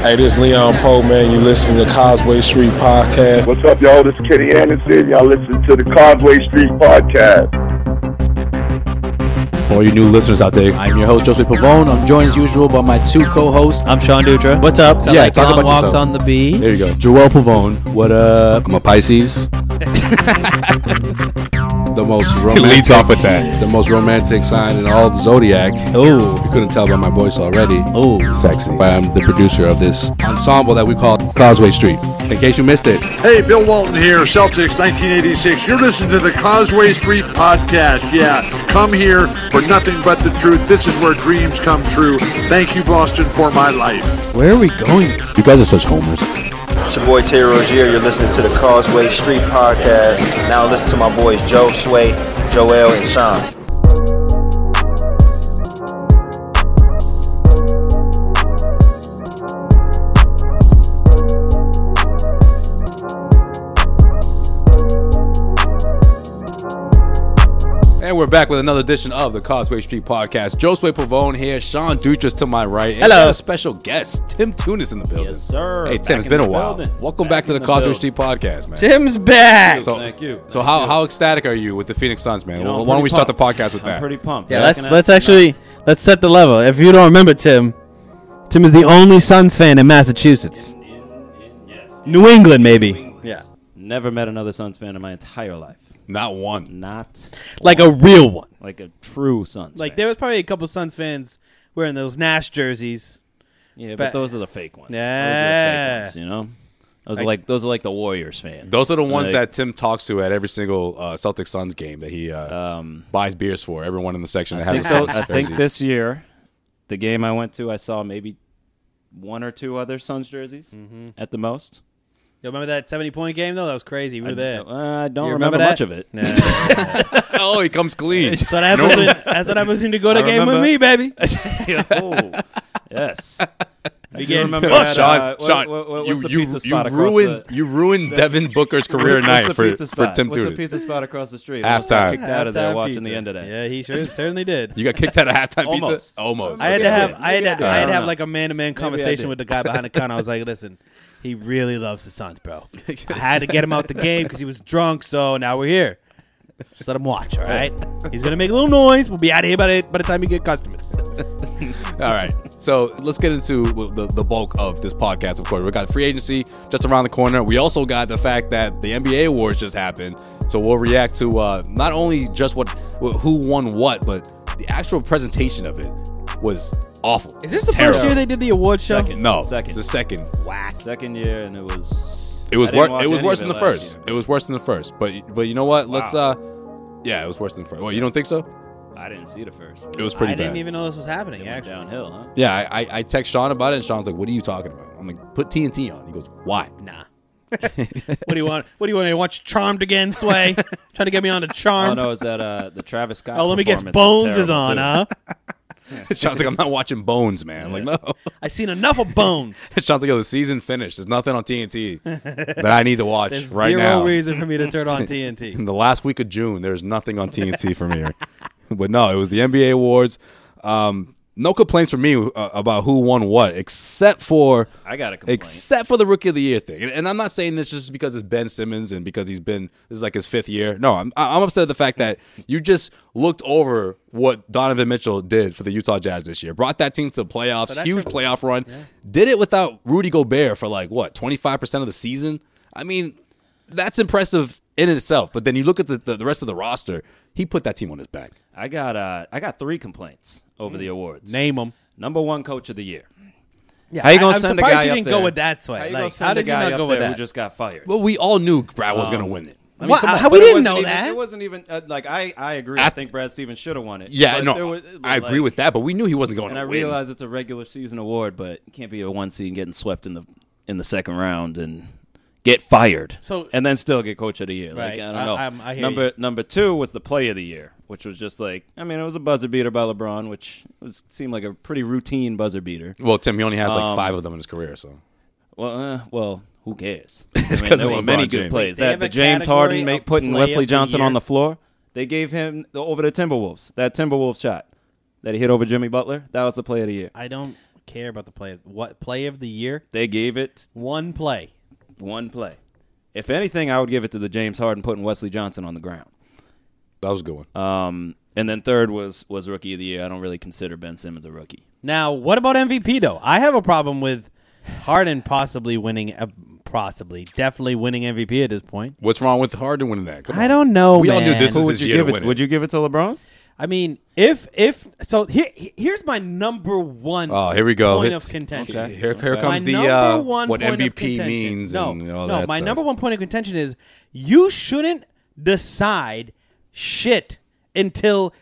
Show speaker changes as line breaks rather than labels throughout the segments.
Hey, this Leon Poe, man. You're listening to Causeway Street Podcast.
What's up, y'all? This is Kenny Anderson. Y'all listen to the Causeway Street Podcast.
For all you new listeners out there, I'm your host, Joseph Pavone. I'm joined as usual by my two co hosts.
I'm Sean Dutra. What's up? Sound
Yeah,
like
talk
Don
about
walks
yourself.
on the bee.
There you go. Joel Pavone. What up?
I'm a Pisces. the most romantic,
leads off with that.
the most romantic sign in all of zodiac. If
Oh,
you couldn't tell by my voice already,
oh,
Sexy.
but I'm the producer of this ensemble that we call Causeway Street. In case you missed it,
Hey, Bill Walton here, Celtics 1986. You're listening to the Causeway Street Podcast. Yeah, come here for nothing but the truth. This is where dreams come true. Thank you, Boston, for my life.
where are we going?
You guys are such homers.
It's your boy Terry Rozier. You're listening to the Causeway Street Podcast. Now listen to my boys Joe Sway, Joel, and Sean.
and we're back with another edition of the Causeway Street Podcast. Josue Pavone here, Sean Dutra's to my right, and
Hello.
we got a special guest, Tim Tunis in the building.
sir.
Hey Tim, it's been a while. Welcome back, to the, Causeway Street Podcast, man.
Tim's back.
So,
Thank you.
So how, how ecstatic are you with the Phoenix Suns, man?
You know, I'm
Why
pretty
don't we start the
pumped.
podcast with
I'm
that?
pretty pumped.
yeah, let's
Looking at-
let's actually let's set the level. If you don't remember Tim, Tim is the only Suns fan in Massachusetts.
yes.
New England, maybe. Yeah.
Never met another Suns fan in my entire life.
Not one.
Not
Like a real one.
like a true Suns.
Like
fan.
there was probably a couple Suns fans wearing those Nash jerseys.
yeah, but,
but-
those are the fake ones.
Yeah.
those are the fake ones, you know. Those are like those are like the Warriors fans.
Those are the ones
Like,
that Tim talks to at every single uh, Celtics Suns game that he uh,
Um,
buys beers for. Everyone in the section that
I
has
think, so,
a Suns
I think
jersey.
this year, the game I went to, I saw maybe one or two other Suns jerseys
Mm-hmm.
at the most.
You remember that seventy point game though? That was crazy. We were there.
Uh, I don't
You
remember,
remember
much
that?
of it.
oh, he comes clean.
That's what happens. when- that's what happens when you go to
I
game with
remember.
me, baby.
oh, yes. I do
game.
remember
Oh,
that,
Sean,
uh, what-
Sean,
what- what- what's
you
the
you,
pizza
you
spot across
ruined
the-
you ruined Devin Booker's career
what's
night
the
for,
pizza
for
spot?
Tim
What's the
Tunis.
pizza spot across the street?
Halftime.
Almost got Kicked out of there
Halftime
watching the
pizza.
end of that.
Yeah, he sure certainly did.
You got kicked out of halftime
Almost.
pizza. Almost.
I had to
Okay.
have I had
Maybe I
to, I had
did.
to have like a man to man
did.
conversation with the guy behind the counter. I was like, listen, he really loves the Suns, bro. I had to get him out the game because he was drunk. So now we're here. Just let him watch. All right, he's gonna make a little noise. We'll be out of here by the, by the time you get customers.
All right. So let's get into the, the bulk of this podcast, of course. We got free agency just around the corner. We also got the fact that the NBA awards just happened. So we'll react to uh, not only just what who won what, but the actual presentation of it was awful.
Is this the
Terrible.
first year they did the award show?
Second.
No,
Second.
it's the second.
Whack. Second year, and it was.
It was
I didn't
wor-
watch
It was
any
worse
of
than
it
the
last
first.
year.
It was worse than the first. But but you know what? Let's uh, yeah, it was worse than the first. Well, you don't think so?
I didn't see the first.
It was pretty
I
bad.
didn't even know this was happening.
It went
Actually,
downhill, huh?
yeah, I, I I text Sean about it, and Sean's like, "What are you talking about?" I'm like, "Put TNT on." He goes, "Why?"
nah. what do you want? What do you want to watch? Charmed again, Sway? Trying to get me on to
Oh
Charmed?
no, is that uh, the Travis Scott?
oh, let me guess.
performance
Bones is
terrible,
on,
too.
huh?
Sean's like, I'm not watching Bones, man. I'm like, no.
I seen enough of Bones.
Sean's like, yo, the season finished. There's nothing on TNT that I need to watch
There's
right
zero
now.
reason for me to turn on TNT.
In the last week of June, there's nothing on TNT for me. but no, it was the NBA awards. Um, no complaints from me uh, about who won what, except for
I got a complaint.
except for the rookie of the year thing. And, and I'm not saying this just because it's Ben Simmons and because he's been this is like his fifth year. No, I'm I'm upset at the fact that you just looked over what Donovan Mitchell did for the Utah Jazz this year. Brought that team to the playoffs, huge playoff run. Did it without Rudy Gobert for like what 25 percent of the season. I mean, that's impressive in itself. But then you look at the, the, the rest of the roster. He put that team on his back.
I got uh, I got three complaints over the awards.
Name them.
Number one coach of the year.
Yeah,
How you gonna
I, I'm
send a
surprised
guy
you
up
didn't
there?
go with that, Sway.
How you
like,
gonna send
how
a
did you
guy
not
up
go with
there
that?
who just got fired?
But we all knew Brad was
Um,
going to win it.
I mean,
Wha-
come on.
how we
But it
didn't
wasn't
know
even-
that?
It wasn't even uh, like I. I agree. I
At-
think Brad Stevens should have won it.
Yeah,
But there
no,
was-
I agree
like-
with that. But we knew he wasn't going
And
to
I
win.
realize it's a regular season award, but you can't be a one seed getting swept in the in the second round and get fired.
So-
and then still get coach of the year. Like
Right.
I don't
I-
know.
I'm- I hear
number
you.
number two was the play of the year, which was just like I mean it was a buzzer beater by LeBron, which was, seemed like a pretty routine buzzer beater.
Well, Tim, he only has like
Um,
five of them in his career, so
Well, uh, well, who cares? I mean,
'cause
there
it's
were many
LeBron
good
James.
plays.
They
That
have
the
a
James
category
Harden make
of
putting
play
Wesley
of the
Johnson on
year.
the floor. They gave him the, over the Timberwolves that Timberwolves shot that he hit over Jimmy Butler. That was the play of the year.
I don't care about the play. Of, what play of the year?
They gave it
One play.
one play. If anything, I would give it to the James Harden putting Wesley Johnson on the ground.
That was a good one.
Um, and then third was was rookie of the year. I don't really consider Ben Simmons a rookie.
Now, what about MVP though? I have a problem with Harden possibly winning, uh, possibly definitely winning MVP at this point.
What's wrong with Harden winning that? Come
I
on.
don't know.
We all
man.
knew this is
would
his
you
year to
give
win
it?
it.
Would you give it to LeBron?
I mean, if if so, here he- here's my number one.
Oh, here we go.
Point
Hit-
of contention.
Okay. Here, here
my
comes the
number
uh,
one
what
point of
MVP
contention-
means
No,
and all
no,
that
my
stuff.
number one point of contention is you shouldn't decide shit until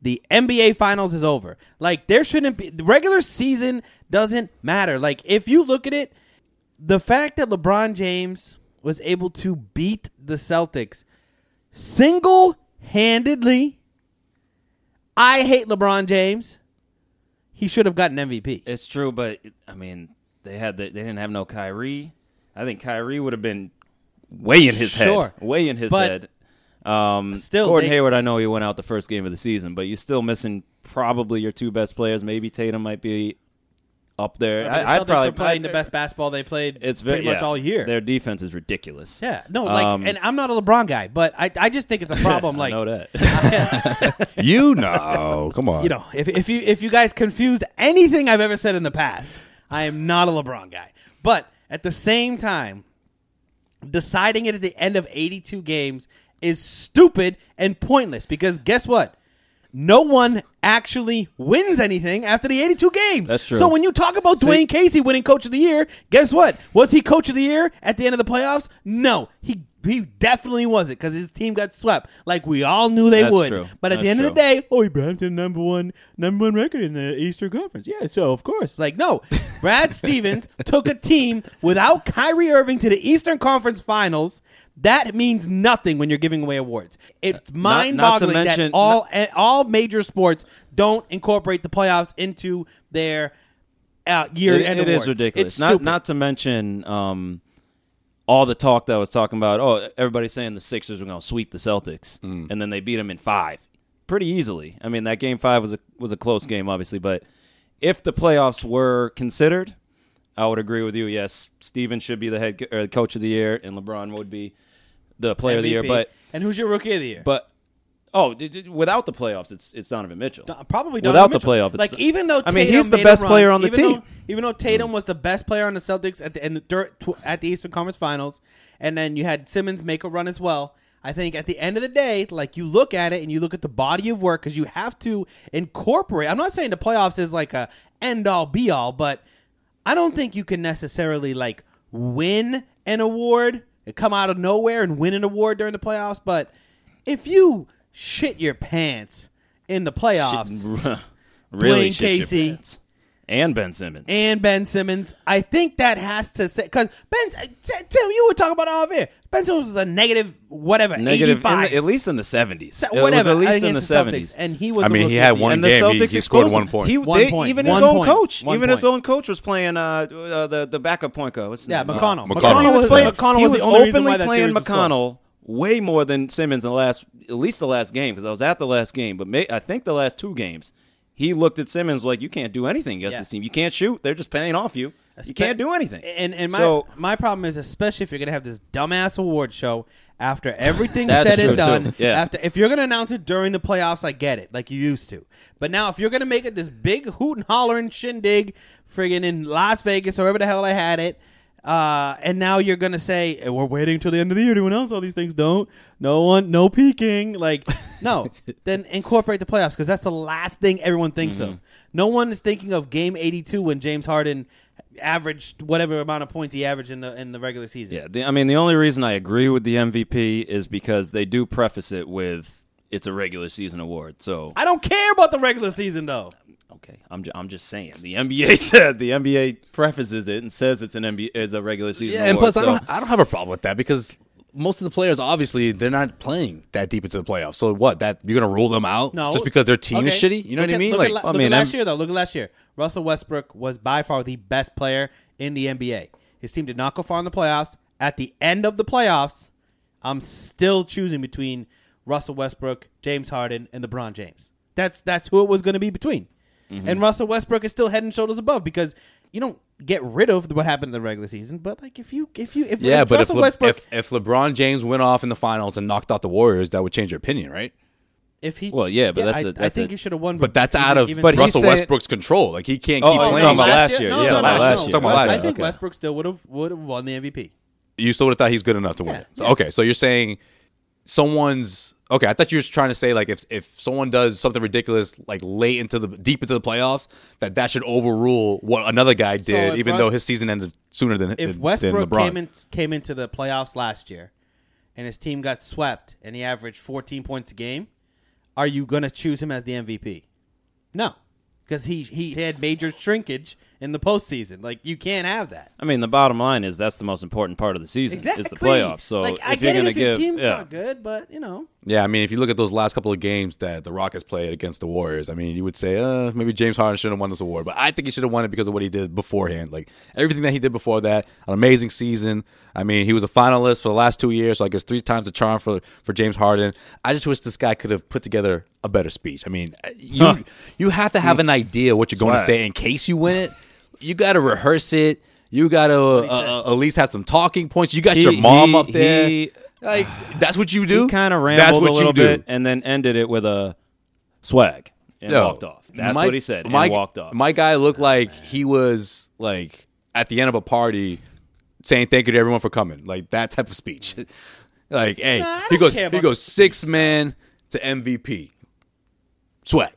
the NBA Finals is over. Like there shouldn't be the regular season doesn't matter. Like if you look at it, the fact that LeBron James was able to beat the Celtics single handedly. I hate LeBron James. He should have gotten MVP.
It's true, but I mean, they had the, they didn't have no Kyrie. I think Kyrie would have been way in his
Sure.
head, way in his
But
head. Um,
still,
Gordon
they-
Hayward. I know he went out the first game of the season, but you're still missing probably your two best players. Maybe Tatum might be up there.
But
I,
the
I'd
Celtics
probably
were playing the
I'd-
best basketball they played.
It's very
pretty much
yeah,
all year.
Their defense is ridiculous.
yeah, no, like,
Um,
and I'm not a LeBron guy, but I, I just think it's a problem.
I
like,
know that.
You know. Come on.
you know, if, if you if you guys confused anything I've ever said in the past, I am not a LeBron guy. But at the same time, deciding it at the end of 82 games is stupid and pointless because guess what? No one actually wins anything after the 82 games.
That's true.
So when you talk about Dwayne Casey winning coach of the year, guess what? Was he coach of the year at the end of the playoffs? No. He he definitely wasn't because his team got swept. Like we all knew they
That's
would.
true.
But at the
That's
end of
true.
the day, hey, oh, Brampton number one number one record in the Easter Conference. Yeah, so of course, like no, Brad Stevens took a team without Kyrie Irving to the Eastern Conference Finals. That means nothing when you're giving away awards.
Uh,
It's mind boggling
mention-
that all eh, all major sports don't incorporate the playoffs into their uh, year
It-
end
it
awards.
is ridiculous.
It's
not
stupid.
not to mention um, all the talk that was talking about. Oh, everybody's saying the Sixers were going to sweep the Celtics, and then they beat them in five pretty easily. I mean, that game five was a was a close game, obviously, but if the playoffs were considered, I would agree with you. Yes, Steven should be the head co- or coach of the year, and LeBron would be the player of the year.
MVP.
But
and who's your rookie of the year?
but oh, d- d- without the playoffs, it's it's Donovan Mitchell.
Don- Probably
Without
Donovan
the
Mitchell.
playoff, it's-
Like even though
I mean,
Tatum
he's the
made a
best player
run,
on the
even though-
team.
even though Tatum was the best player on the Celtics at the end dur- tw- at the Eastern Conference Finals, and then you had Simmons make a run as well. I think at the end of the day, like you look at it and you look at the body of work because you have to incorporate. I'm not saying the playoffs is like a end all be all, but I don't think you can necessarily like win an award, come out of nowhere and win an award during the playoffs. But if you shit your pants in the playoffs,
really,
Dwayne
shit your
Casey.
pants. and Ben Simmons.
and Ben Simmons. I think that has to say because Ben uh, T- Tim, you were talking about all of it. Ben Simmons was a negative whatever,
negative in the-
85,
at least in the 70s.
se-
it was
whatever,
at least in the
against
70s.
Celtics, and he was.
I
the
mean, he
rookie of
had
the
one
year.
game. he- he scored
exposed
one
him.
point.
He-
One
they-
point.
Even
One
his own
point.
coach.
One
even his
point.
own coach was playing uh, uh, the the backup point guard. What's his
Yeah,
name?
McConnell.
McConnell.
he
McConnell
Uh, was,
was-
playing,
McConnell
he
was the
was
only reason
openly
why that
playing
series was close.
McConnell way more than Simmons in the last, at least the last game, because I was at the last game, but may, I think the last two games. He looked at Simmons like, "You can't do anything against
Yeah.
this team. You can't shoot. They're just paying off you. You
Espe-
can't do anything."
And and my
so,
my problem is especially if you're gonna have this dumbass award show after everything's
That's
said
true,
and done.
too. Yeah.
After if you're gonna announce it during the playoffs, I get it, like you used to. But now if you're gonna make it this big hoot and hollering shindig, friggin' in Las Vegas or wherever the hell I had it. Uh, and now you're gonna say "Eh, we're waiting till the end of the year to announce all these things. Don't no one no peeking like no. then incorporate the playoffs because that's the last thing everyone thinks of. No one is thinking of Game 82 when James Harden averaged whatever amount of points he averaged in the in the regular season.
Yeah, the, I mean, the only reason I agree with the MVP is because they do preface it with it's a regular season award. So
I don't care about the regular season though.
okay, I'm ju- I'm just saying the NBA said the NBA prefaces it and says it's an NBA is a regular season.
Yeah, and
award,
plus, I,
so-
don't, I don't have a problem with that because most of the players, obviously, they're not playing that deep into the playoffs. So what? That you're gonna rule them out
No,
just because their team is
Okay.
shitty? You know
Look
what
at-
I mean?
Look,
Like,
at, la-
I
look at
mean,
last
I'm-
year though. Look at last year. Russell Westbrook was by far the best player in the NBA. His team did not go far in the playoffs. At the end of the playoffs, I'm still choosing between Russell Westbrook, James Harden, and LeBron James. That's that's who it was going to be between.
Mm-hmm.
And Russell Westbrook is still head and shoulders above because you don't get rid of what happened in the regular season, but like if you if you if
Yeah,
if
but if,
Russell
Le-
Westbrook
if if LeBron James went off in the finals and knocked out the Warriors, that would change your opinion, right?
if he
Well, yeah, but that's a-
I I
that's a-
think you should have won,
But that's
even-
out of
even-
But he
Russell
said-
Westbrook's control. Like he can't
Oh,
keep
oh, you're
playing.
talking about last year.
No,
Yeah,
no, no,
last
no, no.
year. Talking about last
I
year.
think
Okay.
Westbrook still would have would have won the MVP.
you still would have thought he's good enough to win
Yeah,
it. So,
yes.
Okay, so you're saying someone's okay. I thought you were trying to say like if if someone does something ridiculous like late into the deep into the playoffs, that that should overrule what another guy
So
did,
if
even though
Rus-
his season ended sooner than
If
than
Westbrook
LeBron.
came in, came into the playoffs last year, and his team got swept, and he averaged 14 points a game, are you going to choose him as the MVP? No, because he he had major shrinkage in the postseason. Like you can't have that.
I mean, the bottom line is that's the most important part of the season is the playoffs. So
like,
if
I
you're
get
gonna
it if your
give,
team's
yeah.
not good, but you know,
Yeah, I mean, if you look at those last couple of games that the Rockets played against the Warriors, I mean, you would say, uh, maybe James Harden shouldn't have won this award, but I think he should have won it because of what he did beforehand. Like everything that he did before that, an amazing season. I mean, he was a finalist for the last two years, so I guess three times the charm for for James Harden. I just wish this guy could have put together a better speech. I mean, you you have to have an idea what you're going to
Swag.
say in case you win it. You got to rehearse it. You got to uh, uh, at least have some talking points. You got
He-
your mom
he-
up there.
he-
like that's what you do.
He kind of
That's
rambled
what
a
you
little
do.
bit and then ended it with a swag and
Yo,
walked off. That's
my-
what he said.
my-
and walked off.
My guy looked like he was like at the end of a party saying thank you to everyone for coming. Like that type of speech. like, hey,
Nah, I
he
don't
goes
care
he
about
goes six man to MVP. Swag.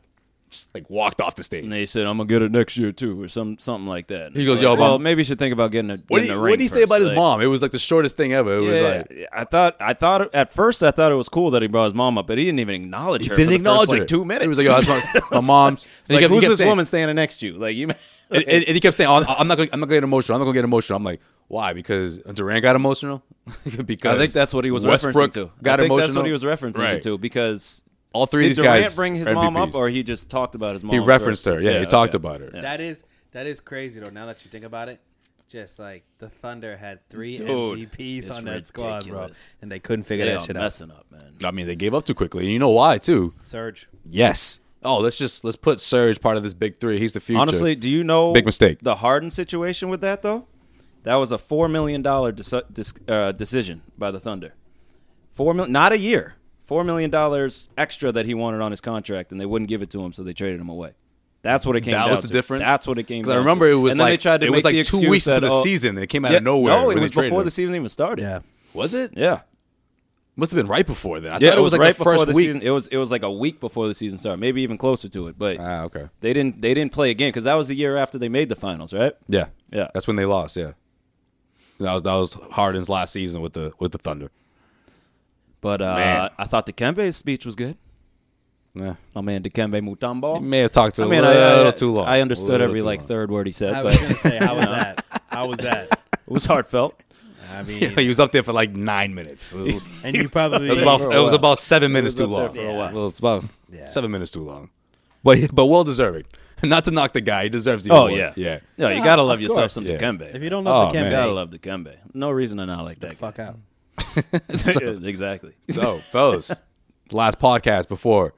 Just like walked off the stage.
and they said, "I'm gonna get it next year too," or some something like that. And
He
it's
goes,
like,
"Yo,
well,
mom."
maybe you should think about getting a
What
getting
did he,
a ring."
what did he say
first.
about his
Like,
mom? It was like the shortest thing ever. It was
yeah,
like
yeah. I thought, I thought at first, I thought it was cool that he brought his mom up, but he didn't even acknowledge
he
her.
didn't
for the
acknowledge
first,
it.
like two minutes.
He was like, "Yo, that's my, my mom's."
It's like,
And he kept- he
who's
kept
this
saying-
woman standing next to you? Like you.
and, and, and he kept saying, "Oh, "I'm not, gonna, I'm not gonna get emotional. I'm not gonna get emotional." I'm like, "Why?" Because Durant got emotional. because
I think that's what he was
Westbrook
referencing to.
Got
I think
emotional.
that's what he was referencing
Right.
it to because
All three
did
of these
Durant
guys
bring his
are
mom up,
MVPs.
or he just talked about his mom?
he referenced
first?
her. Yeah, he
okay.
talked about her.
that is that is crazy though. Now that you think about it, just like the Thunder had three
it's
MVPs on that squad, bro,
ridiculous.
and they couldn't figure
They
that
are
shit out.
messing up, man.
I mean, they gave up too quickly, and you know why too.
Surge.
Yes. Oh, let's just let's put Serge part of this big three. He's the future.
Honestly, do you know
Big mistake.
the Harden situation with that though? That was a four million dollar uh, decision by the Thunder. Four million, not a year. Four million dollars extra that he wanted on his contract, and they wouldn't give it to him, so they traded him away. That's what it came.
that
down
was the
to.
difference.
That's what it came.
'Cause I
down
remember
to.
it was
and
like
then they tried to
it
make
was
the
like two
excuse
weeks
that,
into the
oh,
season. It came out
yeah,
of nowhere.
No,
when
it
they
was
traded
before
him.
the season even started.
Yeah.
Was it?
yeah.
Must have been right before then. I
Yeah,
thought it was, like
right
the first
before the
week.
season. It was it was like a week before the season started, maybe even closer to it. But
Ah, okay.
they didn't they didn't play a game because that was the year after they made the finals, right?
Yeah,
Yeah.
That's when they lost. Yeah, that was that was Harden's last season with the with the Thunder.
But uh,
Man.
I thought Dikembe's speech was good.
Yeah,
My man Dikembe Mutombo.
he may have talked
I
a
mean,
little,
I, I-
too long.
I
A
understood
little
every
too
like
long.
third word he said,
I
but
was gonna
it
say, how was that? How was that?
was heartfelt.
I mean,
Yeah, he was up there for like nine minutes. It was,
and you probably
it was about it was about seven minutes too long.
a while.
It was about
Yeah.
seven minutes too long, but but well deserving. Not to knock the guy, he deserves the
Oh
award.
yeah,
yeah.
No, you gotta
of
love yourself
course.
some
Yeah.
Dikembe.
If you don't love
Oh,
the
man.
campaign,
you gotta love Dikembe. No reason to not like that.
fuck out.
guy. exactly.
So, fellas, last podcast before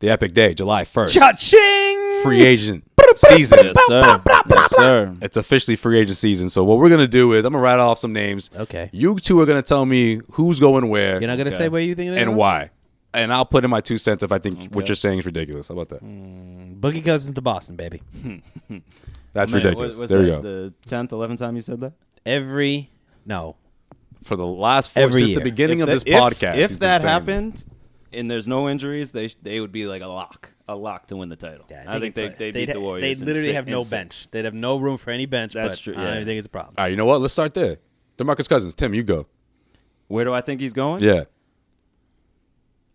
the epic day, July first.
Ching.
Free agent season.
Yes, sir. yes, sir.
It's officially free agent season. So what we're gonna do is I'm gonna rattle off some names.
Okay.
You two are gonna tell me who's going where.
You're not gonna say what you think of
and
anyone?
why. And I'll put in my two cents if I think what you're saying is ridiculous. How about that?
Mm.
Boogie Cousins to Boston, baby.
That's
Man, what-
ridiculous.
what's
there you
that,
go.
The tenth, eleventh time you said that.
Every no,
For the last four
Every
since
year.
the beginning
If
of this
that- if-
podcast,
If,
he's been
that
saying this.
happened and there's no injuries, they sh- they would be like a lock, a lock to win the title.
Yeah,
I think,
it's
they,
like-
they
they'd
beat
ha-
the Warriors.
They
in
literally
six-
have
in
no
six.
bench. They'd have no room for any bench.
That's
but
true,
I
yeah.
don't think it's a problem.
All right, you know what? Let's start there. Demarcus Cousins, Tim, you go.
Where do I think he's going?
Yeah.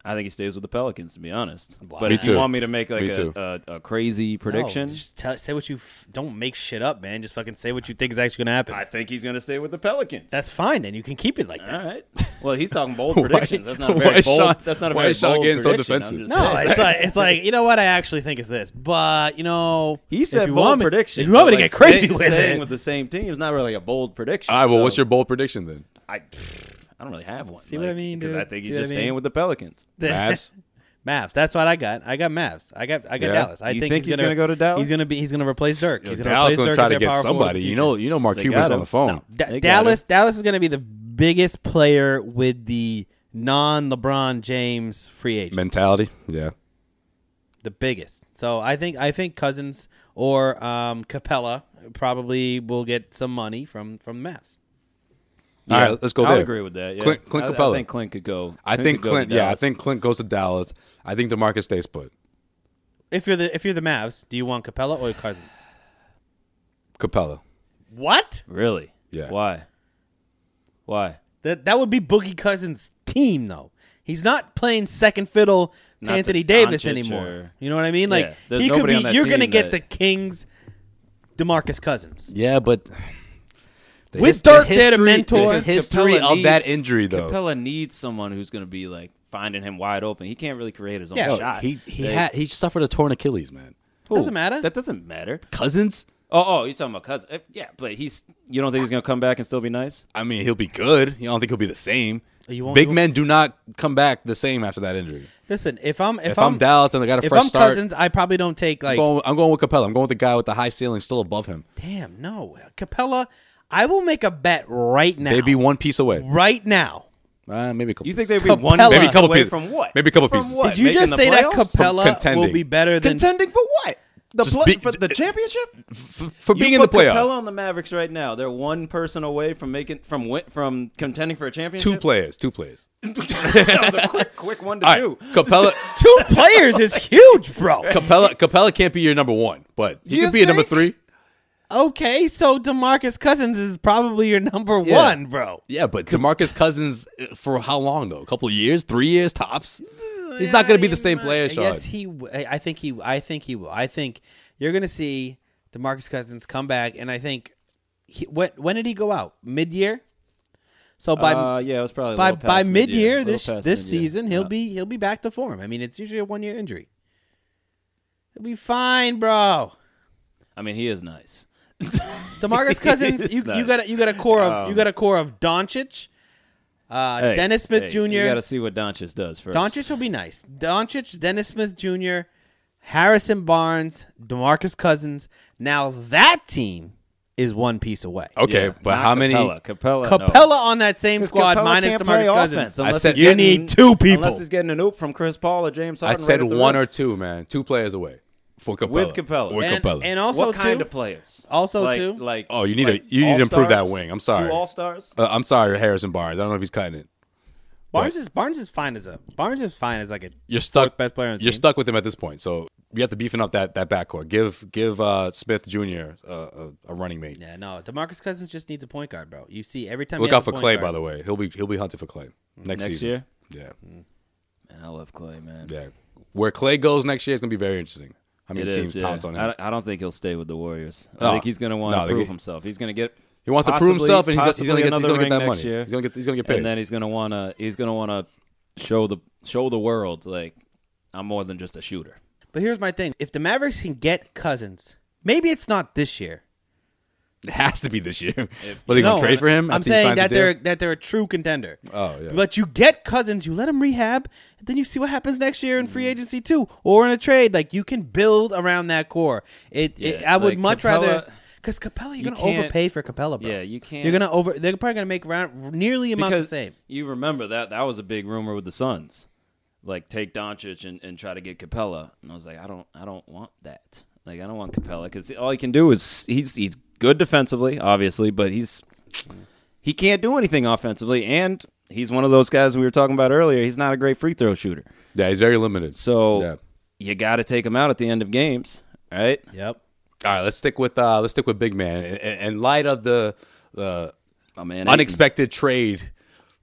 I think he stays with the Pelicans, to be honest. But
Me
if you
too.
want me to make
Me
like
too.
a, a, a crazy prediction,
No, just tell, say what you f- don't make shit up, man. Just fucking say what you think is actually gonna happen.
I Uh, think he's going to stay with the Pelicans.
That's fine. Then you can keep it like
All
that.
right. Well, he's talking bold
Why-
predictions. That's not a
why
very
is
bold.
Sean-
that's not a
why
very
is Sean
bold
getting so
prediction. I'm
defensive?
just
No,
saying.
it's like it's like you know what I actually think is this, but you know
He
if
said
you
bold
want me-
prediction.
If you want me
but
to
like
get crazy
staying-
with
staying
it,
with the same team is not really a bold prediction.
All right. Well, what's
so
your bold prediction then?
I, I don't really have one.
See what I mean,
Because I
dude?
think
See
he's
what I
just
mean?
staying with the Pelicans.
Mavs.
Mavs. That's what I got. I got Mavs. I got I got
Yeah?
Dallas. I
You
think,
think
he's
he's gonna go to Dallas?
He's gonna be he's gonna replace Dirk. He's
Yo,
gonna
Dallas
replace Dirk
gonna
as
try to
their
get
power forward
somebody.
of the
You
future.
know, you know, Mark
They
Cuban's
got
on
him.
the phone.
Da-
They got
Dallas Dallas is gonna be the biggest player with the non LeBron James free agent.
Mentality. Yeah.
the biggest. So I think I think Cousins or um, Capella probably will get some money from from Mavs.
All right. Let's go
I
there.
would agree with that. Yeah.
Clint, Clint
I-
Capella.
I think Clint could go.
I think
could go to
Clint. Yeah, I
Dallas.
think Clint goes to Dallas. I think Demarcus stays put.
If you're the if you're the Mavs, do you want Capella or Cousins?
Capella.
What?
Really?
Yeah.
Why? Why?
That that would be Boogie Cousins' team though. He's not playing second fiddle to
Not to
Anthony Davis
Doncic
anymore.
or-
you know what I mean?
Yeah,
Like
there's
he could
nobody
be.
on that
You're gonna
team that-
get the Kings, Demarcus Cousins.
Yeah, but the
With
the
Dirk there to mentor,
the history
Capella
of that
needs-
injury though.
Capella needs someone who's going to be like finding him wide open. He can't really create his own
Yo,
shot.
he he
They-
had he suffered a torn Achilles, man.
Who?
Doesn't matter.
That doesn't matter.
Cousins.
Oh, oh, you're talking about cousin? Uh, Yeah, but he's. You don't think he's going to come back and still be nice?
I mean, he'll be good. You don't think he'll be the same.
Oh, You won't-
Big
you won't-
men do not come back the same after that injury.
Listen, if I'm if,
If, I'm, Dallas and I got a
if
fresh
I'm
start,
Cousins, I probably don't take
I'm,
like
going, I'm going with Capella. I'm going with the guy with the high ceiling still above him.
Damn, no. Capella, I will make a bet right now.
They'd be one piece away.
Right now.
Uh, maybe a couple.
You think they'd be
Capella.
one
Maybe a
piece
couple
away
pieces.
from what?
Maybe a couple
From
pieces.
What?
Did you
Making
just
the
say that
playoffs?
Capella
contending.
will be better than
contending for what? The
Just
pl-
be-
for the championship?
for being
you
in the
put
playoffs?
Capella on the Mavericks right now. They're one person away from making from win- from contending for a
two
championship.
players. Two players.
that was a quick, quick one to
All
two.
right, Capella.
two players is huge, bro.
Capella. Capella can't be your number one, but he
You
could be a number
think?
three.
Okay, so DeMarcus Cousins is probably your number one, bro.
Yeah, but Demarcus Cousins uh, for how long though? A couple of years, three years tops. He's not going to be the same player, Sean.
uh, Yes, he w- I I think he I think he will. I think you're going to see DeMarcus Cousins come back and I think he, when when did he go out? Mid-year? So by
uh, yeah, it was probably a
by
little past
by mid year
A
this
little past
this
mid-year. Uh,
season he'll
Yeah.
be he'll be back to form. I mean, it's usually a one year injury. He'll be fine, bro.
I mean, he is nice.
Demarcus Cousins,
It's
you,
not. Um,
you got a, you got a core of you got a core of Doncic, uh,
Hey,
Dennis Smith
hey,
Jr.
You got to see what Doncic does first.
Doncic will be nice. Doncic, Dennis Smith Jr., Harrison Barnes, Demarcus Cousins. Now that team is one piece away.
okay,
Yeah,
but
not
how many?
Capella? Capella, Oh, no.
Capella on that same
'Cause
squad
Capella
minus
can't play
Demarcus Cousins.
offense unless
said-
he's
You
getting-
need two people.
Unless he's getting an oop from Chris Paul or James
I
Harden.
said
right at the
one
rim.
or two, man. Two players away for Capella.
With Capella.
With
And-
Capella.
and also
what kind
too-
of players?
Also,
like,
too-
like
Oh, you need
like
to- you need to improve that
all-stars?
wing. I'm sorry.
Two all stars.
uh, I'm sorry, Harrison Barnes. I don't know if he's cutting it.
Barnes
But-
is Barnes is fine as a Barnes is fine as like a
You're stuck.
fourth best player on the
you're
team.
stuck with him at this point. So you have to beefing up that that backcourt. Give give uh, Smith Jr. A, a, a running mate.
Yeah, no. Demarcus Cousins just needs a point guard, bro. You see every time.
Look
he has
out for
a point
Clay,
guard-
by the way. He'll be he'll be hunting for Clay next,
Next
season.
year?
Yeah,
Man, I love Clay, man.
yeah. Where Clay goes next year is gonna be very interesting. How many
It
teams
is, yeah.
pounce on
I
him?
don't, I don't think he'll stay with the Warriors. I
No.
think he's going to want
No,
to
they
prove
get-
himself. He's going to get
He wants to prove
possibly-
himself, and he's gonna- he's
possibly
gonna get he's
another
gonna get
ring
that
next
money.
year.
He's gonna get he's gonna get paid.
and then he's going to want to he's going to want to show the show the world like I'm more than just a shooter.
But here's my thing: if the Mavericks can get Cousins, maybe it's not this year.
It has to be this year. But they gonna
No,
trade for him?
I'm
after he signs
saying
the
that
deal?
they're that they're a true contender.
Oh, yeah.
But you get Cousins, you let him rehab, and then you see what happens next year in free
Mm.
agency too, or in a trade. Like you can build around that core. It, it
Yeah,
I would
like
much
Capella-
rather because Capella, you're
You
gonna
can't-
overpay for Capella, bro.
Yeah, you can't-
You're gonna over. They're probably gonna make around nearly amount the
because
same.
you remember that that was a big rumor with the Suns, like take Doncic and, and try to get Capella, and I was like, I don't I don't want that. Like I don't want Capella because all he can do is he's he's good defensively, obviously, but he's he can't do anything offensively, and he's one of those guys we were talking about earlier. He's not a great free throw shooter,
yeah, he's very limited.
so
yeah. all
you got to take him out at the end of games, right?
Yep.
right, let's stick with uh, let's stick with big man. In, in- in light of the the
Oh man,
unexpected trade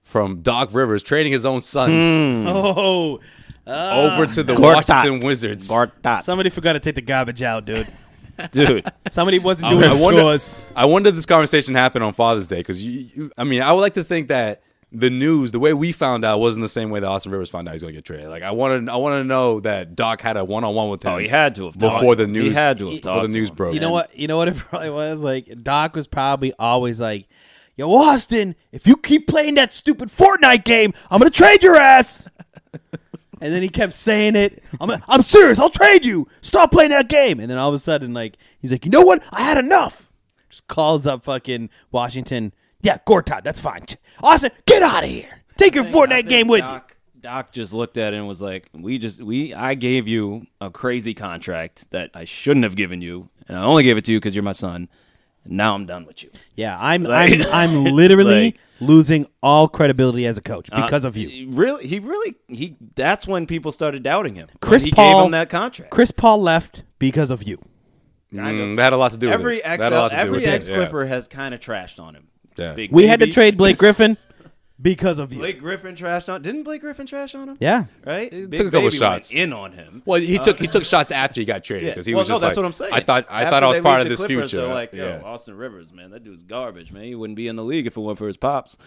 from Doc Rivers trading his own son
Oh,
Hmm.
over to the
Gortat.
Washington Wizards.
Somebody forgot to take the garbage out, dude.
dude.
Somebody wasn't
I
doing his
wonder-
chores.
I wonder if this conversation happened on Father's Day because you, you, I mean, I would like to think that the news, the way we found out, wasn't the same way that Austin Rivers found out he's going to get traded. Like I want to, I want to know that Doc had a one-on-one with him.
Oh, he had to have talked.
before the
He
news.
had to have
before
talked
the
to
news
him.
broke.
You
You know what? You know what it probably was like. Doc was probably always like, "Yo, Austin, if you keep playing that stupid Fortnite game, I'm gonna trade your ass." and then he kept saying it. I'm, I'm serious. I'll trade you. Stop playing that game. And then all of a sudden, like he's like, "You know what? I had enough." Just calls up fucking Washington. Yeah, Gortat, that's fine. Austin, get out of here. Take your Fortnite game with you.
Doc, Doc just looked at it and was like, "We just we I gave you a crazy contract that I shouldn't have given you, and I only gave it to you because you're my son. And now I'm done with you
Yeah, I'm
Like-
I'm I'm literally
Like-
losing all credibility as a coach because of you.
Uh, Really, he really he. That's when people started doubting him. when
Chris
he
Paul
gave him that contract.
Chris Paul left because of you.
Mm, that had a lot to do
every
with it.
ex
That had a lot to do
every
with it,
ex
yeah.
Clipper has kind of trashed on him.
Yeah.
Big
We had to
baby.
trade Blake Griffin because of you.
Blake Griffin trashed on. Didn't Blake Griffin trash on him?
Yeah.
right.
took
Big
a couple
Baby went
shots.
in on him.
Well, he took he took shots after he got traded
Yeah.
because he
Well,
was
no,
just
that's
like,
what I'm saying.
I thought I
After
thought I was
they
part of
leaked
this
the Clippers,
future.
They're like, yo,
yeah.
Austin Rivers, man, that dude's garbage, man. He wouldn't be in the league if it weren't for his pops.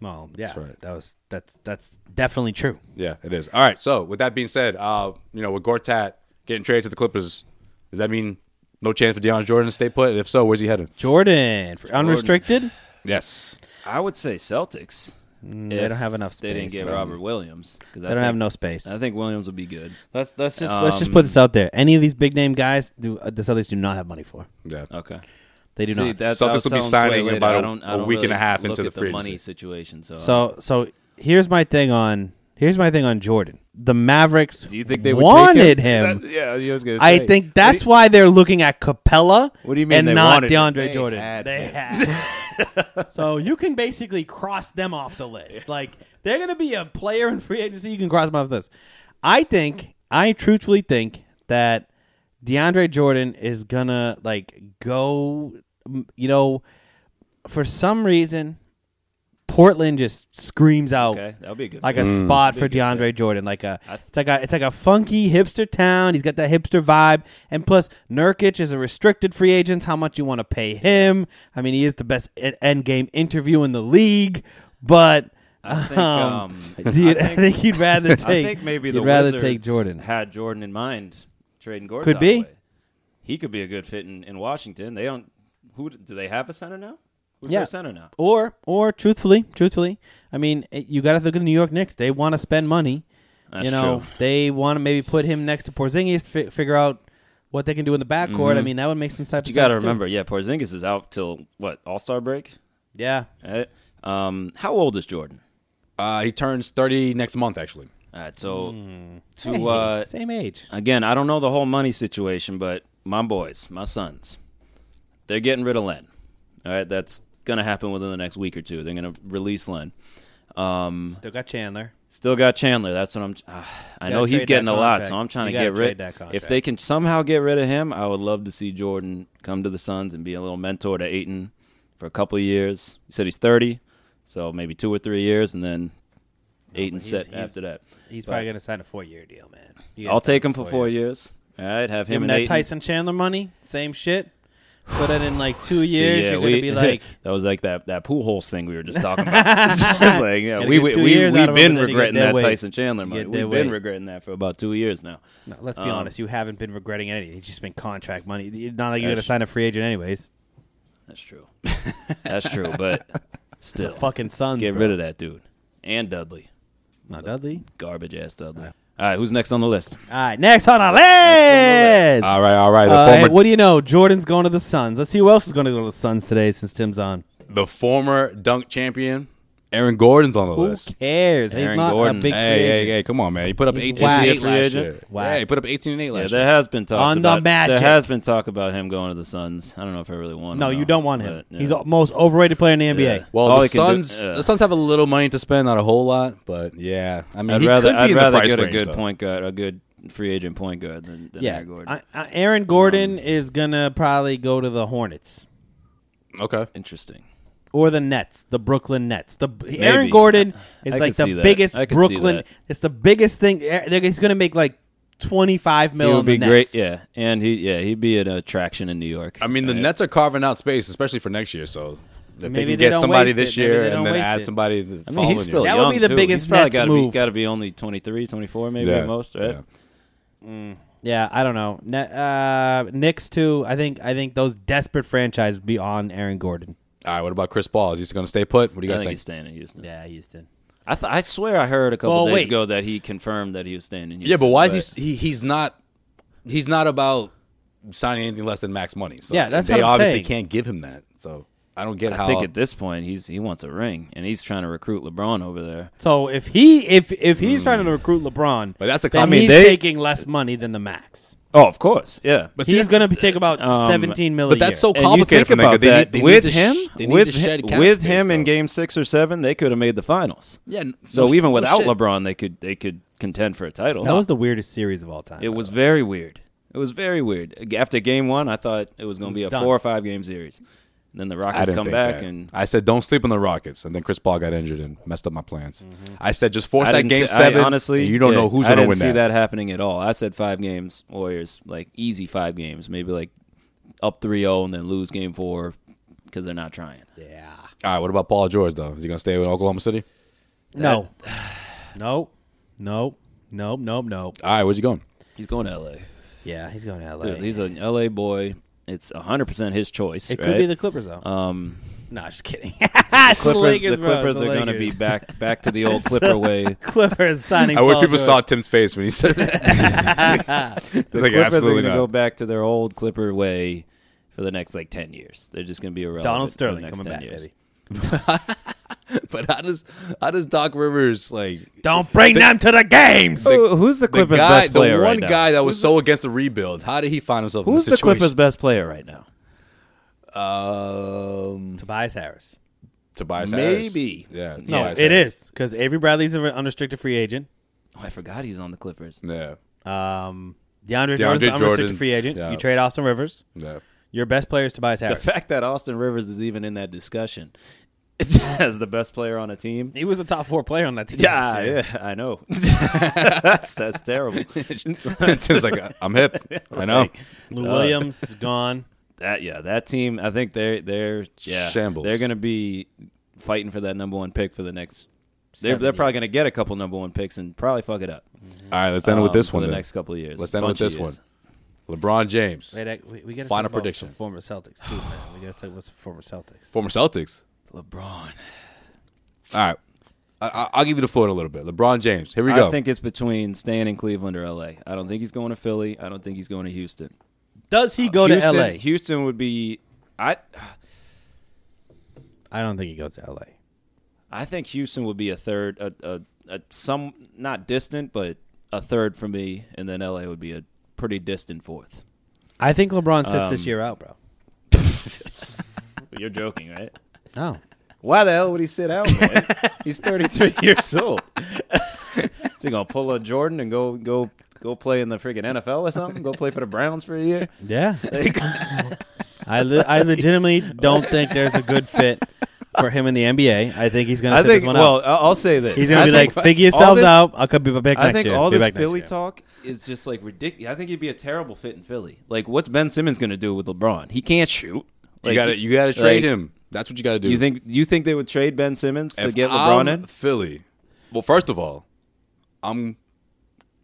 Well, yeah. That was that's that's definitely true.
Yeah, it is. All right. So with that being said, uh, you know, with Gortat getting traded to the Clippers, does that mean no chance for Deion Jordan to stay put? And if so, where's he headed?
Jordan, for unrestricted.
Yes.
I would say Celtics.
They don't have enough space.
They didn't get
bro.
Robert Williams because
They don't have no space. Um,
I think Williams would be good.
Let's let's just let's just put this out there. Any of these big name guys do uh, the Celtics do not have money for.
Yeah.
Okay.
They do not.
Celtics will be signing in about a- a week and a half into the
the
free
money
agency.
situation. So,
So so here's my thing on here's my thing on Jordan. The Mavericks
do you think they would
wanted
take
him.
That- yeah, I was gonna
I
say.
think that's why they're looking at Capella
What do you mean
and
they
not
wanted him?
DeAndre
They
Jordan.
had
they
him.
had. so you can basically cross them off the list. Like they're going to be a player in free agency. You can cross them off the list. I think, I truthfully think that DeAndre Jordan is going to like go, m- you know, for some reason, Portland just screams out
Okay, that would be a good.
like a spot for DeAndre Jordan. Like a it's like a it's like a funky hipster town. He's got that hipster vibe, and plus Nurkic is a restricted free agent. How much you want to pay him? I mean, he is the best e- end game interview in the league, but.
I think,
um,
um,
do you- I,
I
think,
think-
you'd rather take.
I think maybe
you'd
the
rather
Wizards
take Jordan.
had Jordan in mind trading Gordon.
Could be.
He could be a good fit in, in Washington. They don't. Who do they have a center now? Who's
Yeah.
their center now?
or or truthfully, truthfully, I mean, it- you got to look at the New York Knicks. They want to spend money.
That's
you know,
true.
they want to maybe put him next to Porzingis to fi- figure out what they can do in the backcourt. I mean, that would make some type of
Mm-hmm. You got to
sense, too.
remember, yeah, Porzingis is out till what All Star break.
Yeah,
Right? Um, how old is Jordan?
Uh, he turns 30 next month, actually.
All right, so to uh,
same age.
again, I don't know the whole money situation, but my boys, my sons, they're getting rid of Len. All right, that's gonna happen within the next week or two. They're gonna release Len. Um,
Still got Chandler.
Still got Chandler. That's what I'm. Uh, I know he's
trade
getting
that
a lot,
contract.
so I'm trying
You
to
gotta
get
trade
rid.
that contract.
If they can somehow get rid of him, I would love to see Jordan come to the Suns and be a little mentor to Aiton for a couple of years. He said he's 30, so maybe two or three years, and then Aiton
he's-
set
he's-
after that.
He's
But-
probably going to sign a four-year deal, man. You gotta
I'll
sign
take him for four
years.
years. All right, have him
Give him
and
that
Ayton.
Tyson Chandler money, same shit. So then in like two
See,
years,
yeah,
you're going
we-
to be like,
that was like that that pool holes thing we were just talking about. like, yeah,
Gotta
we
get
we
two
we-
years out
we've
of
been
him, then you get
regretting
dead
that
weight.
Tyson Chandler
You
money.
get
We've
dead
been
weight.
regretting that for about two years now.
no, let's be
Um,
honest, you haven't been regretting anything. It's just been contract money. It's not like you're going to
That's-
sign a free agent anyways.
That's true. That's true, but still,
Fucking Suns,
get
bro.
rid of that dude and Dudley,
Not Dudley.
garbage ass Dudley. All right, who's next on the list?
All right, next on our list.
All right, all right. The
Uh, hey,
former
what do you know? Jordan's going to the Suns. Let's see who else is going to go to the Suns today since Tim's on.
the former dunk champion, Aaron Gordon's on the
Who
list.
cares? He's
Aaron
not
Gordon.
a big
Hey,
free
hey,
agent.
hey! Come on, man! He put up
He's
18
whack.
and 8 last
Free
year.
agent?
Whack.
Yeah, he put up 18 and 8
Yeah,
last
there
year.
has been talk
On the
about
magic.
there has been talk about him going to the Suns. I don't know if I really want.
No,
him,
you don't want him.
but, yeah.
He's the most overrated player in the NBA.
Yeah.
Well,
All
the
he can do-
Suns,
yeah.
the Suns have a little money to spend, not a whole lot, but yeah, I mean,
I'd
he
rather
could be
I'd
in the
rather
price
get a
range,
good
though.
point guard, a good free agent point guard than, than
Yeah,
Aaron Gordon. Um,
I, I, Aaron Gordon is gonna probably go to the Hornets.
Okay,
Interesting.
or the Nets, the Brooklyn Nets. The
Maybe.
Aaron Gordon is
I
like
can
the
see that.
biggest
I can see
Brooklyn.
that.
It's the biggest thing. Eh, they're- He's going to make like twenty five
He
mil.
would
on the
be great.
Nets.
Yeah, and he yeah he'd be an attraction in New York.
I mean, the Nets are carving out space, especially for next year. So
Maybe
if they
they
can get
don't
somebody
waste it.
this
Maybe
year
they
and
don't
then
waste
add
it.
somebody, the
I mean, he's still
That would
young
be the
too.
biggest
he's probably
Nets
gotta
move.
Be, gotta be only 23, 24 maybe at most, right?
Yeah, I don't know. Ne- uh, Knicks too. I think I think those desperate franchise would be on Aaron Gordon.
All right, what about Chris Paul? Is he going to stay put? What do you
I
guys
think
think?
he's staying in Houston.
Yeah, Houston.
I, th- I swear I heard a couple
Well,
days
wait.
ago that he confirmed that he was staying in Houston.
yeah, but why is he, he? He's not. He's not about signing anything less than max money. So
Yeah, that's
they
what I'm
obviously
saying.
can't give him that. So I don't get
I
how.
think at this point he's he wants a ring and he's trying to recruit LeBron over there.
So if he if if he's trying to recruit LeBron,
Hmm. But that's a
then
I mean,
he's
they-
taking less money than the max.
Oh, of course, yeah.
but see,
He's
that's-
going to take about
um,
seventeen mil. a
But that's so
year.
And you think
complicated for them.
about
'cause They
that
need, they need
with
to sh-
him,
they need
with
to
hi-
shed cap
with
space,
him in
though.
Game Six or Seven, they could have made the finals.
Yeah. n-
So
no-
even
no
without
shit.
LeBron, they could they could contend for a title.
that was the weirdest series of all time.
It was very weird. It was very weird. After game one, I thought it was going to be a
done.
four or five game series. And then the
I
Rockets
didn't
come
think
back
that.
and
I said don't sleep on the Rockets, and then Chris Paul got injured and messed up my plans. I said just
Mm-hmm.
force
I
that
didn't
game
see- I
seven.
honestly,
and you don't
yeah,
know who's
I
going to
didn't
win
see that. happening at all. I said five games, Warriors, like easy five games, maybe like up 3-0 and then lose game four because they're not trying.
All right, what about Paul George though? Is he going to stay with Oklahoma City?
no, no, no, no, no, no.
All right, where's he going?
He's going to L.A.
Yeah, he's going to L.A.
Dude, he's an L.A. boy. It's 100% his choice.
it could
right?
be the Clippers though.
um,
no, just kidding. the
Clippers, the Clippers are going to be back back to the old Clipper way.
Clippers signing.
I wish
Paul
people
George.
saw Tim's face when he said that. He's like,
Clippers
absolutely
are going to go
not.
back to their old Clipper way for the next like ten years. They're just going to be irrelevant.
Donald
for the
Sterling
next 10
coming back,
years.
baby.
But how does how does Doc Rivers like
Don't bring them to the games.
Who- who's the
the
Clippers
guy,
best
the
player
one
right now?
guy that was so against the rebuild? How did he find himself?
Who's the
in this situation?
Clippers best player right now?
Um,
Tobias Harris.
Tobias Harris.
Maybe. No,
Yeah.
No,
Tobias
it
Harris.
is because Avery Bradley's an unrestricted free agent.
Oh, I forgot he's on the Clippers.
Yeah.
Um, DeAndre,
DeAndre
Jordan's an unrestricted
Jordan's-
free agent.
yeah.
You trade Austin Rivers.
Yeah.
Your best player is Tobias
The
Harris.
fact that Austin Rivers is even in that discussion as the best player on a team.
he was a top four player on that team. last
Yeah,
year.
yeah, I know. that's that's terrible. uh,
Tim's like, I'm hip. I know.
Lou Williams is gone.
That yeah, that team. I think they're they're yeah,
Shambles.
They're going to be fighting for that number one pick for the next. They're, they're probably going to get a couple number one picks and probably fuck it up.
All right, let's end it with
um,
this
for
one.
the
then.
next couple of years.
Let's end it with
Bunch
this
of
one.
years.
LeBron James,
Wait, I- we, we gotta
Final
talk about
prediction.
some former Celtics too, man. We got to talk about some former Celtics.
former Celtics.
LeBron.
All right. I- I- I'll give you the floor in a little bit. LeBron James. Here we go.
I think it's between staying in Cleveland or LA. I don't think he's going to Philly. I don't think he's going to Houston.
Does he go
Houston,
to LA?
Houston would be. I
I don't think he goes to LA.
I think Houston would be a third, a, a, a some not distant, but a third for me, and then LA would be a pretty distant fourth.
I think LeBron sits this year out, bro.
You're joking, right?
No.
Why the hell would he sit out? Boy? He's 33 years old. Is he gonna pull a Jordan and go go go play in the freaking NFL or something? Go play for the Browns for a year?
Yeah. I le- I legitimately don't think there's a good fit for him in the NBA. I think he's going to
I
sit
think.
this one
Well,
out.
I- I'll say this.
He's going
I
to be like,
think
figure
all
yourselves
this-
out. I'll come be back next
I think
year.
all
Be
this
back next
Philly
year.
talk is just like ridiculous. I think he'd be a terrible fit in Philly. Like, what's Ben Simmons going to do with LeBron? He can't shoot. Like,
you got to you got to
like,
trade him. That's what you got to do.
You think you think they would trade Ben Simmons to
If
get LeBron
I'm
in?
Philly. Well, first of all, I'm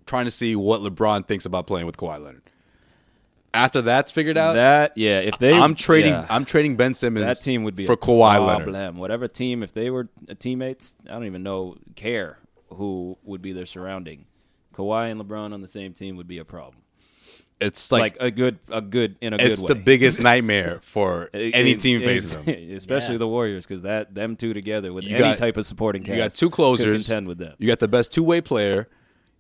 trying to see what LeBron thinks about playing with Kawhi Leonard. After that's figured out,
That yeah. If they,
I'm trading.
yeah.
I'm trading Ben Simmons.
that team would be
for
a
Kawhi
problem.
Leonard.
Whatever team, if they were uh, teammates, I don't even know care who would be their surrounding. Kawhi and LeBron on the same team would be a problem.
It's
Like,
like,
a good, a good in a good
it's
way.
the biggest nightmare for
It-
any
it-
team
it-
facing them.
especially the Warriors, because that them two together with
You
any
got-
type of supporting cast,
You got two closers.
could contend with them.
You got the best two way player.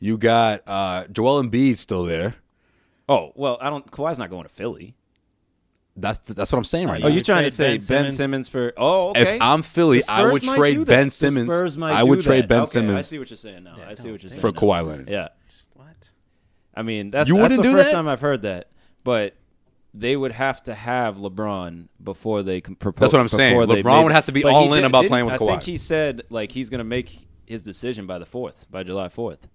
You got uh, Joel Embiid still there.
Oh well, I don't. Kawhi's not going to Philly.
That's that's what I'm saying right
Oh,
now.
you trying to say
trade
Ben
Ben
Simmons, for? Oh, okay.
If I'm Philly,
The
I would
Spurs might do
trade
that.
Ben
The
Simmons.
Spurs might
I
do
would
that.
trade Ben
Okay, I
Simmons
see what you're saying now. I see what you're saying
for
now.
Kawhi Leonard.
Yeah,
What?
I mean that's
You
that's
wouldn't
the
do
first
that?
time I've heard that. But they would have to have LeBron before they can propose.
That's what I'm saying. LeBron would have to be all in about playing with
I think
Kawhi.
he said like he's going to make his decision by the fourth, by July fourth.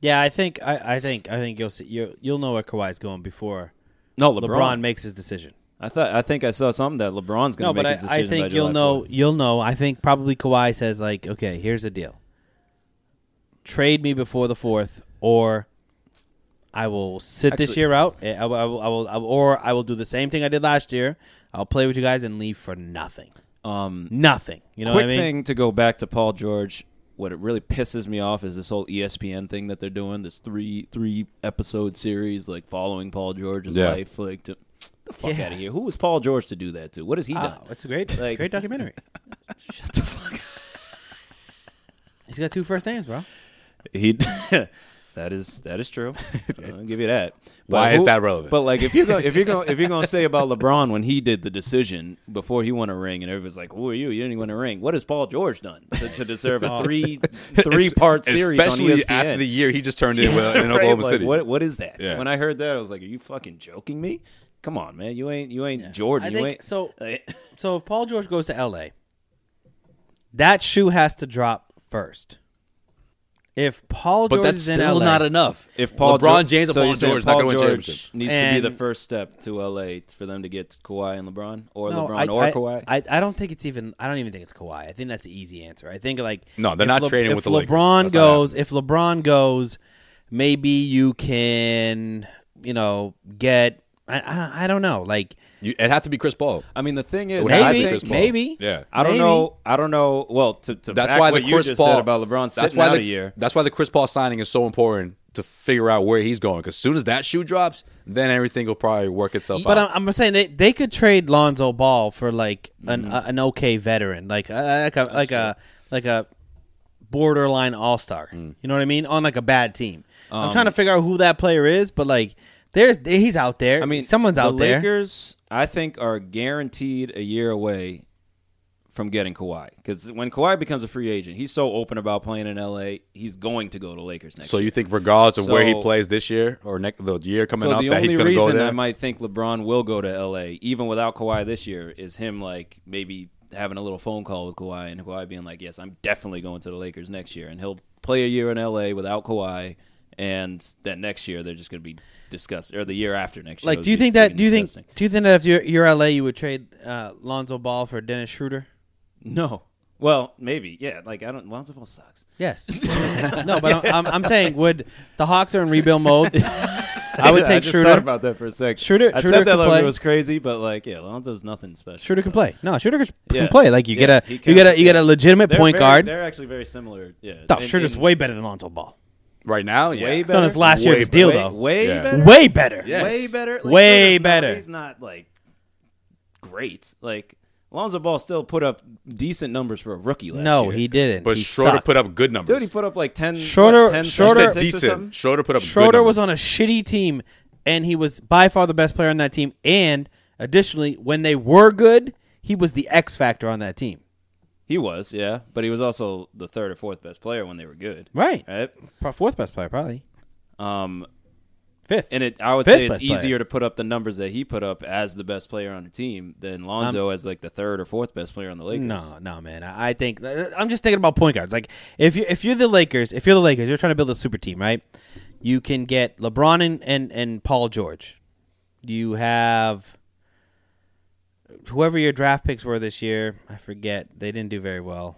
Yeah, I think I, I think I think you'll see you'll, you'll know where Kawhi's going before
No,
LeBron,
LeBron.
makes his decision.
I thought I think I saw something that LeBron's going to
No,
make
but I,
his
I
decision. by
think
July
you'll know
4th.
you'll know. I think probably Kawhi says like, okay, here's the deal: trade me before the fourth, or I will sit this
Actually-
year out. Eh, I I will, I will, I will, I will- or I will do the same thing I did last year. I'll play with you guys and leave for nothing. Um, nothing. You know
Quick
what I mean?
thing to go back to Paul George. What it really pisses me off is this whole E ESPN thing that they're doing. This three three episode series, like following Paul George's
Yeah.
life. Like, to, the fuck out of here. Who was Paul George to do that to? What has he done?
Wow, it's Ah, a great,
Like-
great documentary.
Shut the fuck up.
He's got two first names, bro.
He. that is that is true. I'll give you that. But
Why is that relevant?
But like, if you're gonna, if you're gonna, if you're gonna say about LeBron when he did the decision before he won a ring, and everybody's like, "Who are you? You didn't even win a ring." What has Paul George done to, to deserve a three three part series?
Oh. especially
on E ESPN?
after the year he just turned in with in
Right?
Oklahoma
Like,
City.
What what is that?
Yeah.
When I heard that, I was like, "Are you fucking joking me?" Come on, man. You ain't you ain't Jordan.
I
you
think-
ain't
so-
Like,
So if Paul George goes to LA, that shoe has to drop first. If Paul
but
George
that's
is in
still
LA,
not enough.
if Paul
LeBron
Geor-
James or
so
Paul
you're saying
George not
Paul
going to win a
George
championship.
needs to be the
And-
first step to LA for them to get Kawhi and LeBron, or
No,
LeBron
I,
or
I-
Kawhi.
I, I don't think it's even. I don't even think it's Kawhi. I think that's the easy answer. I think like
No, they're
if
not trading
if
with the Lakers.
LeBron
That's not
goes, if LeBron goes, maybe you can, you know, get. I I, I don't know. Like
You, it'd have to be Chris Paul.
I mean, the thing is,
would have
I
to be
maybe,
Chris
think,
Paul.
maybe.
Yeah.
I don't
Maybe.
know. I don't know. Well, to, to
That's
back
why the
what you
Chris
just
Paul
said about LeBron
That's
sitting
why
out
the
a year.
that's why the Chris Paul signing is so important to figure out where he's going. Because soon as that shoe drops, then everything will probably work itself
But
out.
I'm, I'm saying they, they could trade Lonzo Ball for like an
Mm-hmm.
a, an okay veteran, like uh, like a like a like a borderline all star.
Mm.
You know what I mean? On like a bad team. I'm
Um,
trying to figure out who that player is, but like there's he's out there.
I mean,
someone's
the
out there.
Lakers, I think, are guaranteed a year away from getting Kawhi because when Kawhi becomes a free agent, he's so open about playing in LA. He's going to go to Lakers next.
so
year.
you think, regardless of where he
So-
plays this year or next the year coming
so
up,
the
that he's
only
going to go
reason
there?
I might think LeBron will go to LA even without Kawhi this year is him like maybe having a little phone call with Kawhi and Kawhi being like, "Yes, I'm definitely going to the Lakers next year," and he'll play a year in LA without Kawhi, and then next year they're just going to be discussed or the year after next. year,
Like,
they'll
do you
be
think that?
freaking
Do you think?
discussing.
Do you think that if you're, you're LA, you would trade uh, Lonzo Ball for Dennis Schroeder?
No. Well, maybe. Yeah. Like I don't. Lonzo Ball sucks.
Yes. no, but I'm, I'm, I'm saying would the Hawks are in rebuild mode. I would take
just
Schroeder.
thought about that for a second.
Schroeder-
I
Schroeder
said that
could
like
play.
it was crazy, but like, yeah, Lonzo's nothing special.
Schroeder can play. No, Schroeder can
Yeah.
play. Like you
Yeah,
get
he
a
can.
you get a you get a legitimate
They're
point
very-
guard.
They're actually very similar. Yeah.
No,
in-
Schroeder's
in-
way better than Lonzo Ball.
right now, yeah.
Way
It's on his last year of
Way
his deal
way,
though.
Way
Yeah.
better.
Way better.
Yeah.
Way
Yes.
better. Like,
Way
Schroeder's not-
better.
he's not like great. Like Lonzo Ball still put up decent numbers for a rookie last
No,
year.
he didn't.
But
he
Schroeder
sucked.
put up good numbers.
Dude, he put up like ten.
Schroeder-
what, 10
Schroeder-
You
Schroeder-
said
six or something?
decent. Schroeder put up. good
Schroeder
numbers.
was on a shitty team, and he was by far the best player on that team. And additionally, when they were good, he was the X factor on that team.
He was, yeah, but he was also the third or fourth best player when they were good.
Right.
Right.
Pro- Fourth best player, probably.
Um,
Fifth.
and it, I would
Fifth
say it's
best player.
easier to put up the numbers that he put up as the best player on the team than Lonzo
Um,
as like the third or fourth best player on the Lakers.
No, no, man. I I think I'm just thinking about point guards. Like if you if you're the Lakers, if you're the Lakers, you're trying to build a super team, right? You can get LeBron and and, and Paul George. You have whoever your draft picks were this year. I forget. They didn't do very well.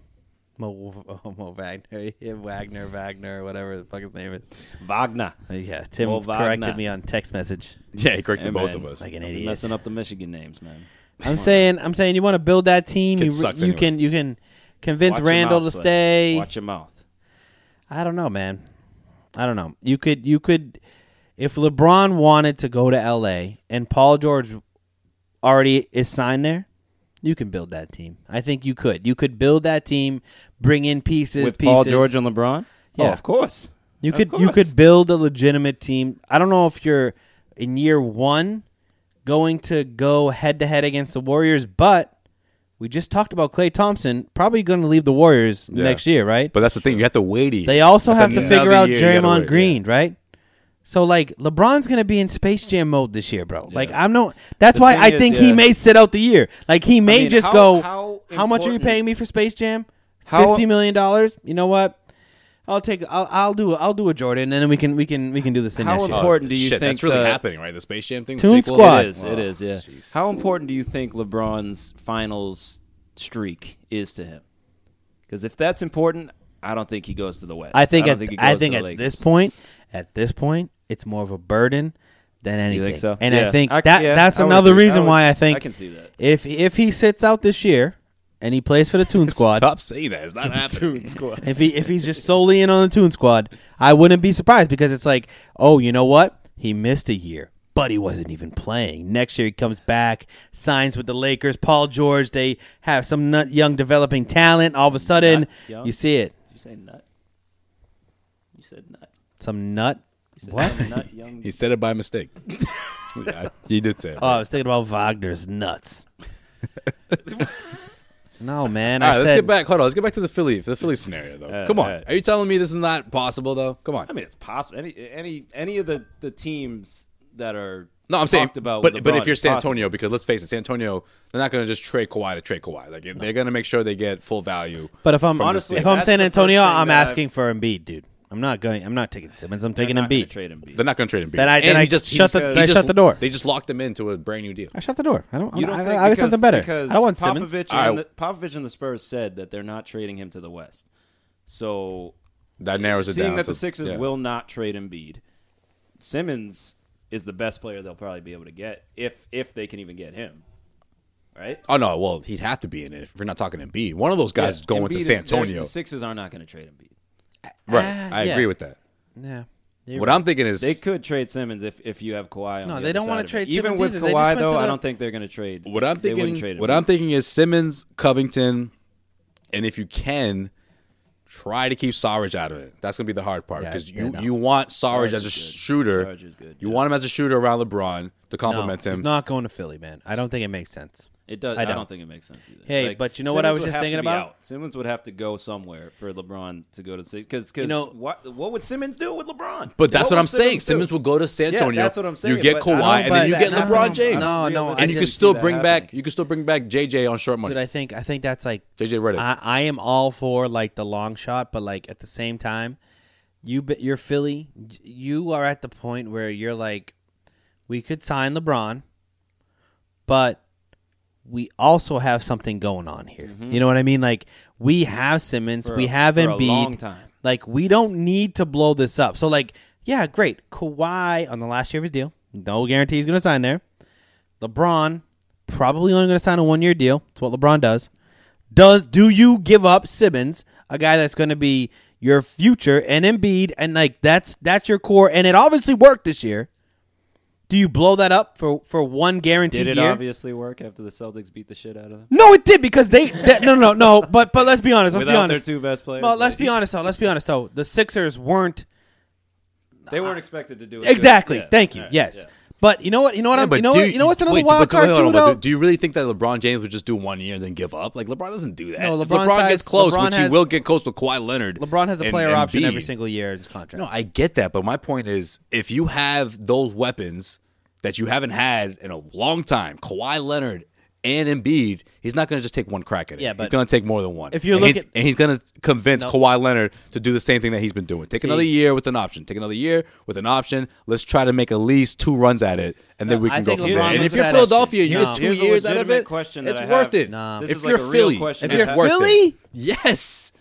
Mo, Mo Wagner, yeah, Wagner, Wagner, whatever the fuck his name is. Uh,
Wagner
Yeah, Tim
Mo
corrected
Wagner.
me on text message
Yeah, he corrected
Hey,
both
man.
of us.
like an
Don't be
idiot.
messing up the Michigan names, man.
I'm saying, I'm saying, you want to build that team.
Kid
You,
sucks
you can, you can convince
Watch your
Randall
mouth,
to
Slay.
stay.
Watch your mouth.
I don't know, man. I don't know. You could you could if LeBron wanted to go to LA and Paul George already is signed there, you can build that team. I think you could. You could build that team, bring in pieces,
With Paul
pieces.
George and LeBron.
Yeah.
oh, of course.
you
of
could you
course.
could build a legitimate team. I don't know if you're in year 1 going to go head to head against the Warriors, but we just talked about Clay Thompson probably going to leave the Warriors next year, right?
But that's the thing. You have to wait.
They also have to
another
figure out
year you gotta
Draymond
wait,
Green, right? So like LeBron's gonna be in Space Jam mode this year, bro. Like I'm no. That's why
thing
I
is,
think
yeah.
he may sit out the year. Like he may
mean,
just
how-
go.
how
How, much are you
important-
paying me for Space Jam?
How-
Fifty million dollars. You know what? I'll take. I'll, I'll do. I'll do a Jordan, and then we can. We can. We can do this in
How
next year.
important- do you
Shit,
think
that's really
the-
happening, right? The Space Jam thing. the
Toon
sequel?
Squad.
It is. It is. Yeah. How important do you think LeBron's finals streak is to him? Because if that's important, I don't think he goes to the West.
I think
don't
at,
he
I
goes
think
to
at
the
this
Lakers.
point, at this point, it's more of a burden than anything.
so?
And
Yeah.
I think
I-
that
yeah,
that's
I would
another
agree. I
reason
would-
why
I
I think
can see that.
if if he sits out this year and he plays for the Toon Squad,
Stop saying that. It's not happening. Squad.
if he if he's just solely in on the Toon Squad, I wouldn't be surprised because it's like, oh, you know what? He missed a year, but he wasn't even playing. Next year he comes back, signs with the Lakers. Paul George, they have some nut young developing talent. All of a sudden,
young.
you see it.
You say nut. You said nut.
Some nut.
You said
What?
Nut young.
He said it by mistake. yeah, he did say it.
Oh, I was thinking about Wagner's nuts. no, man.
all
I
right,
said,
let's get back. Hold on. Let's get back to the Philly. The Philly scenario, though.
Uh,
Come on.
alright.
Are you telling me this is not possible, though? Come on.
I mean, it's possible. Any any any of the the teams that are
no, I'm saying.
talked about.
but
with
but
LeBron,
if you're
it's
San
possible.
Antonio, because let's face it, San Antonio, they're not going to just trade Kawhi to trade Kawhi. Like they're going to make sure they get full value.
But if I'm
from this
honestly,
team.
if I'm
that's
San
the first
Antonio,
thing
I'm
that I've-
asking for Embiid, dude. I'm not going. I'm not taking Simmons. I'm taking
They're not gonna
Embiid.
trade Embiid.
they're not going to trade him.
Then I- then I shut the- then I shut the door.
They just locked him into a brand new deal.
I shut the door. I don't.
You don't
I,
think
I, I get
because-
something better.
Because
I don't want
Popovich
Simmons.
All
And the,
right.
Popovich and the Spurs said that they're not trading him to the West. So
That narrows it
seeing
down.
that
to-
the Sixers
yeah.
will not trade Embiid, Simmons is the best player they'll probably be able to get if if they can even get him. Right?
Oh no! Well, he'd have to be in it if we're not talking Embiid. One of those guys is going
Embiid
to
is-
San Antonio,
The Sixers are not going to trade Embiid.
right?
Ah,
I
yeah.
agree with that.
Yeah.
What I'm thinking is
They could trade Simmons if, if you have Kawhi. On
No,
the
they
other
don't wanna
side of it.
trade
Even
Simmons
with
either. They just
Kawhi
went to
though, I
the-
don't think they're going to trade.
What I'm
they wouldn't trade
thinking,
him.
what I'm thinking is Simmons, Covington, and if you can, try to keep Sarge out of it. That's gonna be the hard part because you, you want Sarge, as a shooter.
Sarge is good,
You want him as a shooter around LeBron to
No,
complement
he's
him.
not going to Philly, man. I don't think it makes sense.
It does. I
I
don't,
don't.
think it makes sense either.
Hey, but you know what I
Simmons
was
would
just
have to
thinking
be
about?
out. Simmons would have to go somewhere for LeBron to go to six because
You know-
what what would Simmons do with LeBron?
but that's what,
would
I'm saying.
do?
Simmons will go to San
Yeah,
Antonio.
that's what I'm saying,
You get
but I don't
Kawhi, and
buy
then you
that.
get
No,
LeBron
no,
James,
no, no, I
and you
just
can
see
still bring back. You can still bring back JJ on short money.
Dude, I think I think that's like
JJ Redick.
I, I am all for like the long shot, but like at the same time, you be- you're Philly. You are at the point where you're like, we could sign LeBron, but we also have something going on here. You know what I mean? Like we have Simmons,
Mm-hmm. For a-
we have
for a
Embiid.
long time.
Like we don't need to blow this up. So like, yeah, great. Kawhi on the last year of his deal, no guarantee he's going to sign there. LeBron probably only going to sign a one year deal. That's what LeBron does. Does do you give up Simmons, a guy that's going to be your future and Embiid, and like that's that's your core, and it obviously worked this year. Do you blow that up for for one guaranteed
Did it
year?
obviously work after the Celtics beat the shit out of them?
No, it did because they. that- no, no, no. But but let's be honest. Let's be
Without their
honest.
two best players,
Well, let's
they-
be honest though. Let's be honest though. The Sixers weren't
They weren't expected to do it.
exactly.
Yeah,
Thank you.
all right,
yes.
yeah.
But you know what? You know what?
Yeah,
I'm,
but
you know
do
what? You know what's another
wait,
wild
but
card
hold
too
on, but
though.
Do, do you really think that LeBron James would just do one year and then give up? Like LeBron doesn't do that.
No,
If
LeBron
LeBron
size-
gets close,
LeBron
which he
has-
will get close with Kawhi Leonard.
LeBron has a
and-
player
and
option
Embiid.
every single year of his contract.
No, I get that, but my point is, if you have those weapons that you haven't had in a long time, Kawhi Leonard and Embiid, he's not going to just take one crack at it.
Yeah,
he's
but
going to take more than one.
if you're
and he-
looking-
and he's going to convince
No.
Kawhi Leonard to do the same thing that he's been doing. Take another year with an option. Take another year with an option. Let's try to make at least two runs at it, and then we
I
can go
think
from
LeBron
there. And
was
if you're
that
Philadelphia,
option.
you
No.
get two
Here's a
years out of
legitimate
it.
question that
It's
I
worth
have.
it.
Nah. This
If
is like
you're
a real
Philly,
question
it's
that I have.
worth
Philly?
It. Yes.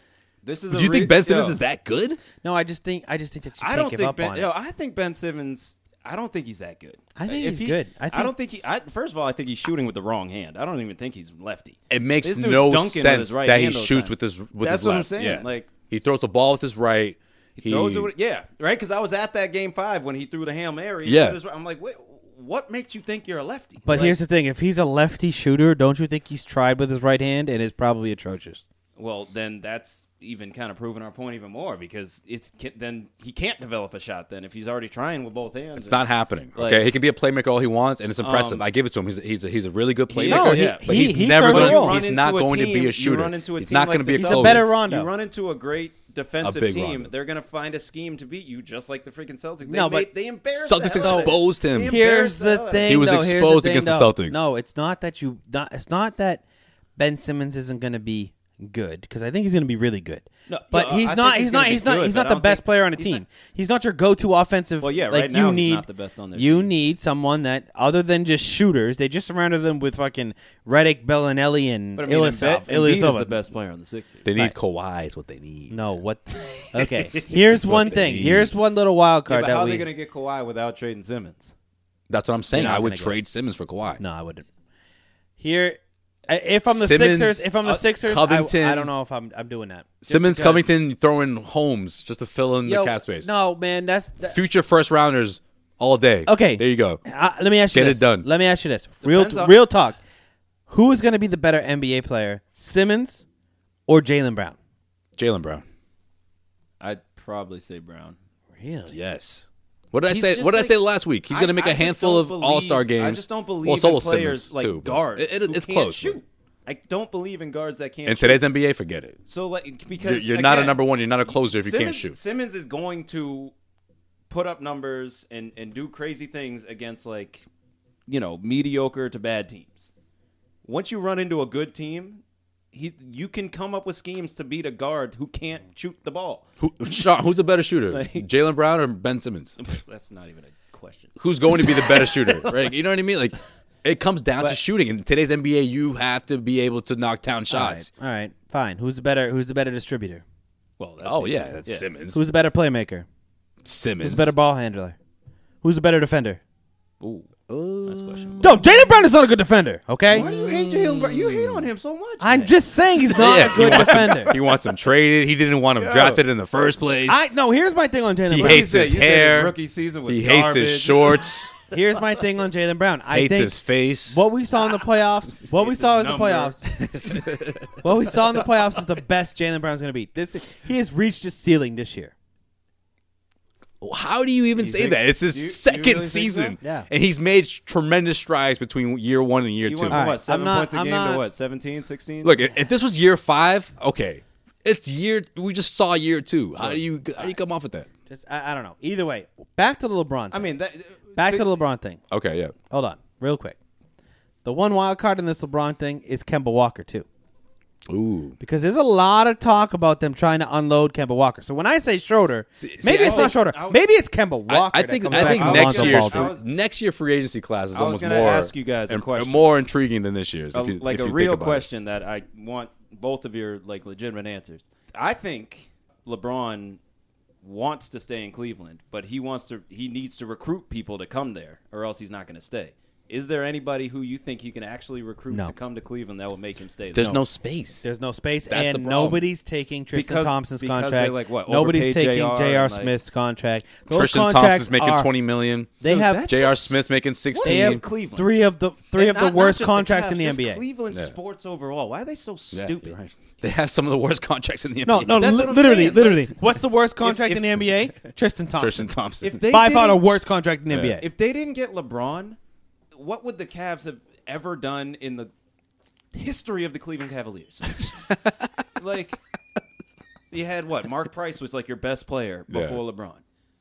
This is.
Do
a
you
re-
think Ben Simmons
yo,
is that good?
No, I just think I just think that you
I
can't
don't
give
think
up
Ben.
on
yo,
it.
I think Ben Simmons. I don't think he's that good.
I think
If
he's
he-
good. I think-
don't think he. I, first of all, I think he's shooting with the wrong hand. I don't even think he's lefty.
it makes
This dude's
no
dunking with his
sense
right
that he
hand all the
shoots
time.
with his with
That's
his left.
what I'm saying.
Yeah.
Like
he throws the ball with his right. He,
throws it. With, yeah, right. Because I was at that game five when he threw the hail mary.
Yeah.
He was- I'm like, what? What makes you think you're a lefty?
But
Like,
here's the thing: if he's a lefty shooter, don't you think he's tried with his right hand and is probably atrocious?
well, then that's even kind of proving our point even more because it's ca- then he can't develop a shot then if he's already trying with both hands.
It's not happening.
Like-
Okay, he can be a playmaker all he wants, and it's impressive. I give it to him. He's a, he's a, he's a really good playmaker.
No, he-
but
he-
he's
he
never
serves a
going.
role.
He's
Run
not
into a
going to
team-
be
you
a shooter.
run into a
he's
team
not
like
going to be
the
a
Celtics.
better
closer.
Rondo.
You run into a great defensive
big
team,
Rondo.
they're going to find a scheme to beat you, just like the freaking Celtics. They
No,
made,
but-
they embarrassed.
Celtics
the Celtics.
exposed him.
They embarrassed
Here's the
us.
thing.
He was
though. Here's
exposed
the thing,
against the
though.
Celtics.
No, it's not that you. Not, it's not that Ben Simmons isn't going to be good because I think he's going to be really good.
No,
but
yeah, I
he's,
think
not,
he's
he's, not.
gonna be
He's not.
good,
He's
but
not
I
the
don't
best
think-
player on the
he's
team.
not-
he's not your go-to offensive.
Well, yeah,
like,
right
you
now he's
need,
not the best on their
You
team.
need someone that other than just shooters. They just surrounded them with fucking Redick, Bellinelli, and
But I mean,
Ilyasov.
Embiid, Embiid is
Ilyasov.
the best player on the Sixers.
They need Kawhi is what they need.
No, what? Okay, here's
what
one
they
thing.
need.
Here's one little wild
Yeah,
card
but
that
how are
we.
they going to get Kawhi without trading Simmons?
That's what I'm saying.
They're not
I would
gonna get
trade Simmons for Kawhi.
No, I wouldn't. Here, I- if I'm the
Simmons,
Sixers, if I'm the
uh,
Sixers,
Covington.
I, I don't know if I'm I'm doing that. Just
Simmons,
because-
Covington throwing homes just to fill in
Yo,
the cap space.
No, man, that's that,
Future first rounders all day.
okay.
There you go.
Uh, let me ask you
Get it
this.
done.
Let me ask you this. Real
Depends on-
real talk. Who is going to be the better NBA player, Simmons or Jalen Brown?
Jalen Brown.
I'd probably say Brown.
Really?
Yes. What did
He's
I say?
just
What did I
like-
say last week? He's
I-
going to make
I
a
just
handful
don't
of
believe-
All Star games.
I just don't believe
Well, so
in
will
players
Simmons
like
too, but
guards.
It, it-
who
it's
can't
close.
Shoot. I don't believe in guards that can't.
In
shoot.
today's NBA, forget it.
so like
You're,
because
you're not a
again,
number one. You're not a closer if you
Simmons,
can't shoot.
Simmons is going to put up numbers and and do crazy things against like you know mediocre to bad teams. Once you run into a good team, he you can come up with schemes to beat a guard who can't shoot the ball.
Who, Sean, who's a better shooter,
Like-
Jalen Brown or Ben Simmons?
That's not even a question.
Who's going to be the better shooter? Right? You know what I mean? Like, it comes down to
But-
shooting. In today's NBA, you have to be able to knock down
All
shots.
right. All right. Fine. Who's the better who's the better distributor?
Well, that's
Oh yeah, that's Simmons.
Who's the better playmaker?
Simmons?
Who's the better ball handler? Who's the better defender?
Ooh, that's questionable.
No, Jalen Brown is not a good defender, okay?
Why do you hate Jalen Brown? You hate on him so much.
I'm
man.
just saying he's not
Yeah,
a
he
good
wants him-
defender.
He wants him traded. He didn't want him drafted in the first place.
I no. Here's my thing on Jalen.
he
Brown.
hates
You said-
his
you said his
hair.
rookie season was
he hates his
garbage.
shorts.
Here's my thing on Jalen Brown. I
hates
think
his face.
what we saw in the playoffs. What we saw in the
number.
playoffs. what we saw in the playoffs is the best Jalen Brown's going to be. This he has reached his ceiling this year.
How do you even say
think-
that? It's his
you- you
second
really think
season,
so? Yeah.
and he's made tremendous strides between year one and year
He
two.
went from
right, I'm
what seven
not-
points a
I'm
game
not-
to what 17, 16?
Look, if, if this was year five, okay, it's year. We just saw year two. How do you how do you come off with that?
Just I, I don't know. Either way, back to the LeBron. Thing.
I mean that. uh,
back to the LeBron thing.
Okay, yeah.
Hold on, real quick. The one wild card in this LeBron thing is Kemba Walker too.
Ooh,
Because there's a lot of talk about them trying to unload Kemba Walker. So when I say Schroeder,
See- see,
maybe
I
it's not
think-
Schroeder.
I would-
maybe it's Kemba
I,
Walker.
I
that
think
comes
I
back
think
with
next
Lonzo
year's
Ball,
I
too.
was-
next year free agency class is
was
almost
gonna
more
ask you guys a
and-
question.
more intriguing than this year's.
a,
if you-
like
if
a
you think
real
about it.
question that I want both of your like legitimate answers. I think LeBron wants to stay in Cleveland, but he wants to he needs to recruit people to come there, or else he's not going to stay. Is there anybody who you think he can actually recruit
No.
to come to Cleveland that will make him stay?
There's
there?
no, space.
There's no space,
That's the
and
problem.
nobody's taking Tristan
Because-
Thompson's
because
contract.
they, like, what,
nobody's
overpaid
taking
JR
J.R.
and, like-
Smith's contract. Those
Tristan
contracts
Thompson's making
are-
twenty million.
They have
J.R. Smith's making
They
sixteen.
have
Cleveland.
three of the three of
And not-
the
not
worst
just
contracts
Cavs,
in the
just
NBA.
Cleveland
Yeah.
sports overall. Why are they so
Yeah,
stupid?
you're right. They have some of the worst contracts in the
No,
NBA.
no,
That's
li-
what I'm
literally,
saying.
literally. What's the worst contract
if-
in the NBA? Tristan Thompson.
Tristan Thompson.
If they
By far the
didn't-
worst contract in the NBA.
If they didn't get LeBron, what would the Cavs have ever done in the history of the Cleveland Cavaliers? like, you had what? Mark Price was like your best player
Yeah.
before LeBron.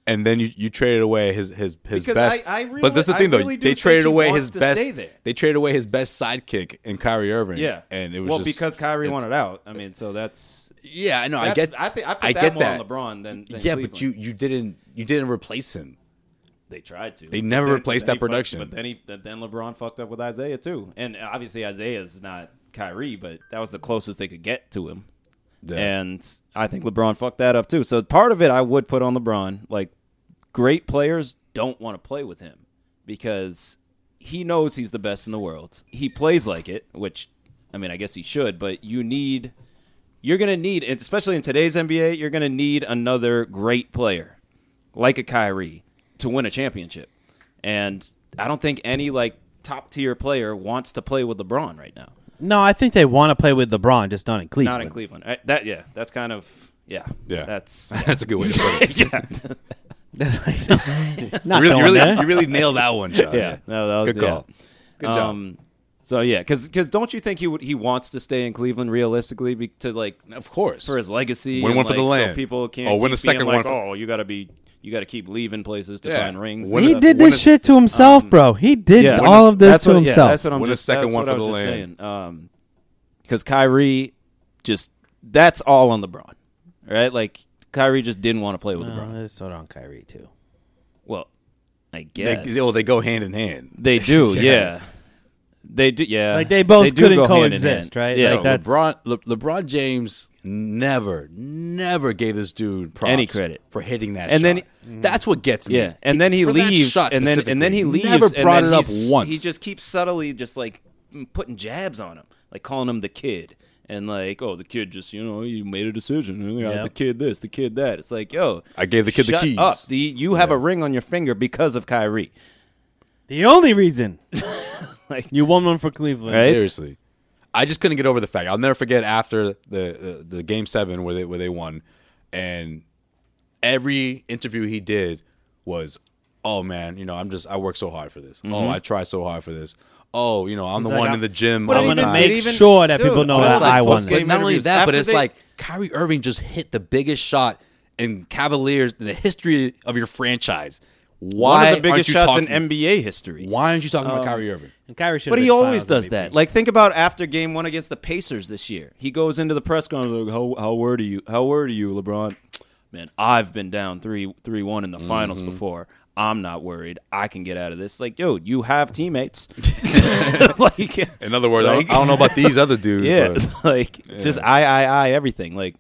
and then you, you traded away his his his
Because
best.
I- I reali-
but that's the
I
thing, though.
really do
they
think
traded
he
away
wants
his
to stay
best.
there.
They traded away his best sidekick in Kyrie Irving.
Yeah,
and it was
well
just-
because Kyrie
it's-
wanted out. I mean, so that's,
Yeah, I know. I
that's-
get.
I think I put
I
that
get
more
that.
on LeBron than, than
yeah,
Cleveland.
but you you didn't you didn't replace him.
They tried to.
They
But
never
then- then
replaced that
he fucked-
production.
but then he, then then LeBron fucked up with Isaiah too, and obviously Isaiah's not Kyrie, but that was the closest they could get to him.
Yeah.
And I think LeBron fucked that up too. So part of it I would put on LeBron. Like great players don't want to play with him because he knows he's the best in the world. He plays like it, which I mean I guess he should, but you need you're going to need and especially in today's NBA, you're going to need another great player like a Kyrie to win a championship. And I don't think any like top tier player wants to play with LeBron right now.
no, I think they want to play with LeBron, just not in Cleveland.
Not in Cleveland. I, that yeah, that's kind of yeah.
Yeah.
That's
That's a good way to put it.
yeah.
Not
you
going
really, you
there.
really, you really nailed that one, John.
Yeah. No, that was-
good call.
yeah.
Good job.
Um, So yeah, because don't you think he would he wants to stay in Cleveland realistically be, to like
Of course.
for his legacy?
Win
and,
one for
like,
the
So
land.
people can't.
Oh, win
keep
a second
being
one
like,
for-
Oh, you got to be you got to keep leaving places to
Yeah.
find rings.
Win
He
a-
did
win
this
a-
shit to himself, bro. He did
Um, Yeah.
all of this
That's
to
what- Yeah,
himself.
that's what I'm
Win a
just,
second
that's what
one for
I was
the
just
land.
Saying. Um, because Kyrie just that's all on LeBron, right? Like Kyrie just didn't want to play with LeBron.
Let's hold on, Kyrie too.
Well, I guess
They, oh, they go hand in hand.
They do, yeah.
Yeah.
They do, yeah.
Like, they both
do
couldn't
go hand in
coexist,
hand.
right?
Yeah,
Like, that's-
LeBron, Le, LeBron James never, never gave this dude props
Any credit.
for hitting that.
And
And
then-
then that's what gets me.
yeah. And then he
for that
leaves,
shot
and then and then he
specifically,
leaves.
Never
and
brought
then
it up
he's-
once.
He just keeps subtly just like putting jabs on him, like calling him the kid, and like, oh, the kid just you know you made a decision. You know,
Yeah.
The kid this, the kid that. It's like, yo,
I gave the kid the
shut
keys.
Up. The, you have a ring on your finger because of Kyrie.
The only reason
Like
you won one for Cleveland,
Right?
Seriously, I just couldn't get over the fact. I'll never forget after the the, the game seven where they where they won, and every interview he did was, "Oh man, you know, I'm just I work so hard for this. Oh,
Mm-hmm.
I try so hard for this. Oh, you know, I'm the
like,
one
I'm-
in the gym.
But
all
it
the
I'm gonna
time."
make
even-
sure that
dude,
people know
all
that
his, like,
I won.
post-game
But not only
interviews
that, but
after
it's
they-
like Kyrie Irving just hit the biggest shot in Cavaliers in the history of your franchise. Why
one of the
aren't
biggest
you
shots
talking,
in NBA history.
Why aren't you talking
Um,
about Kyrie Irving?
And Kyrie should.
But he always does that. Like think about after game one against the Pacers this year. He goes into the press conference. Like, how how word are you? How word are you, LeBron? Man, I've been down three three one in the finals
Mm-hmm.
before. I'm not worried. I can get out of this. Like, yo, you have teammates. like,
In other words, I,
Like-
don't, I don't know about these other dudes.
yeah,
but-
like just I I I everything. Like,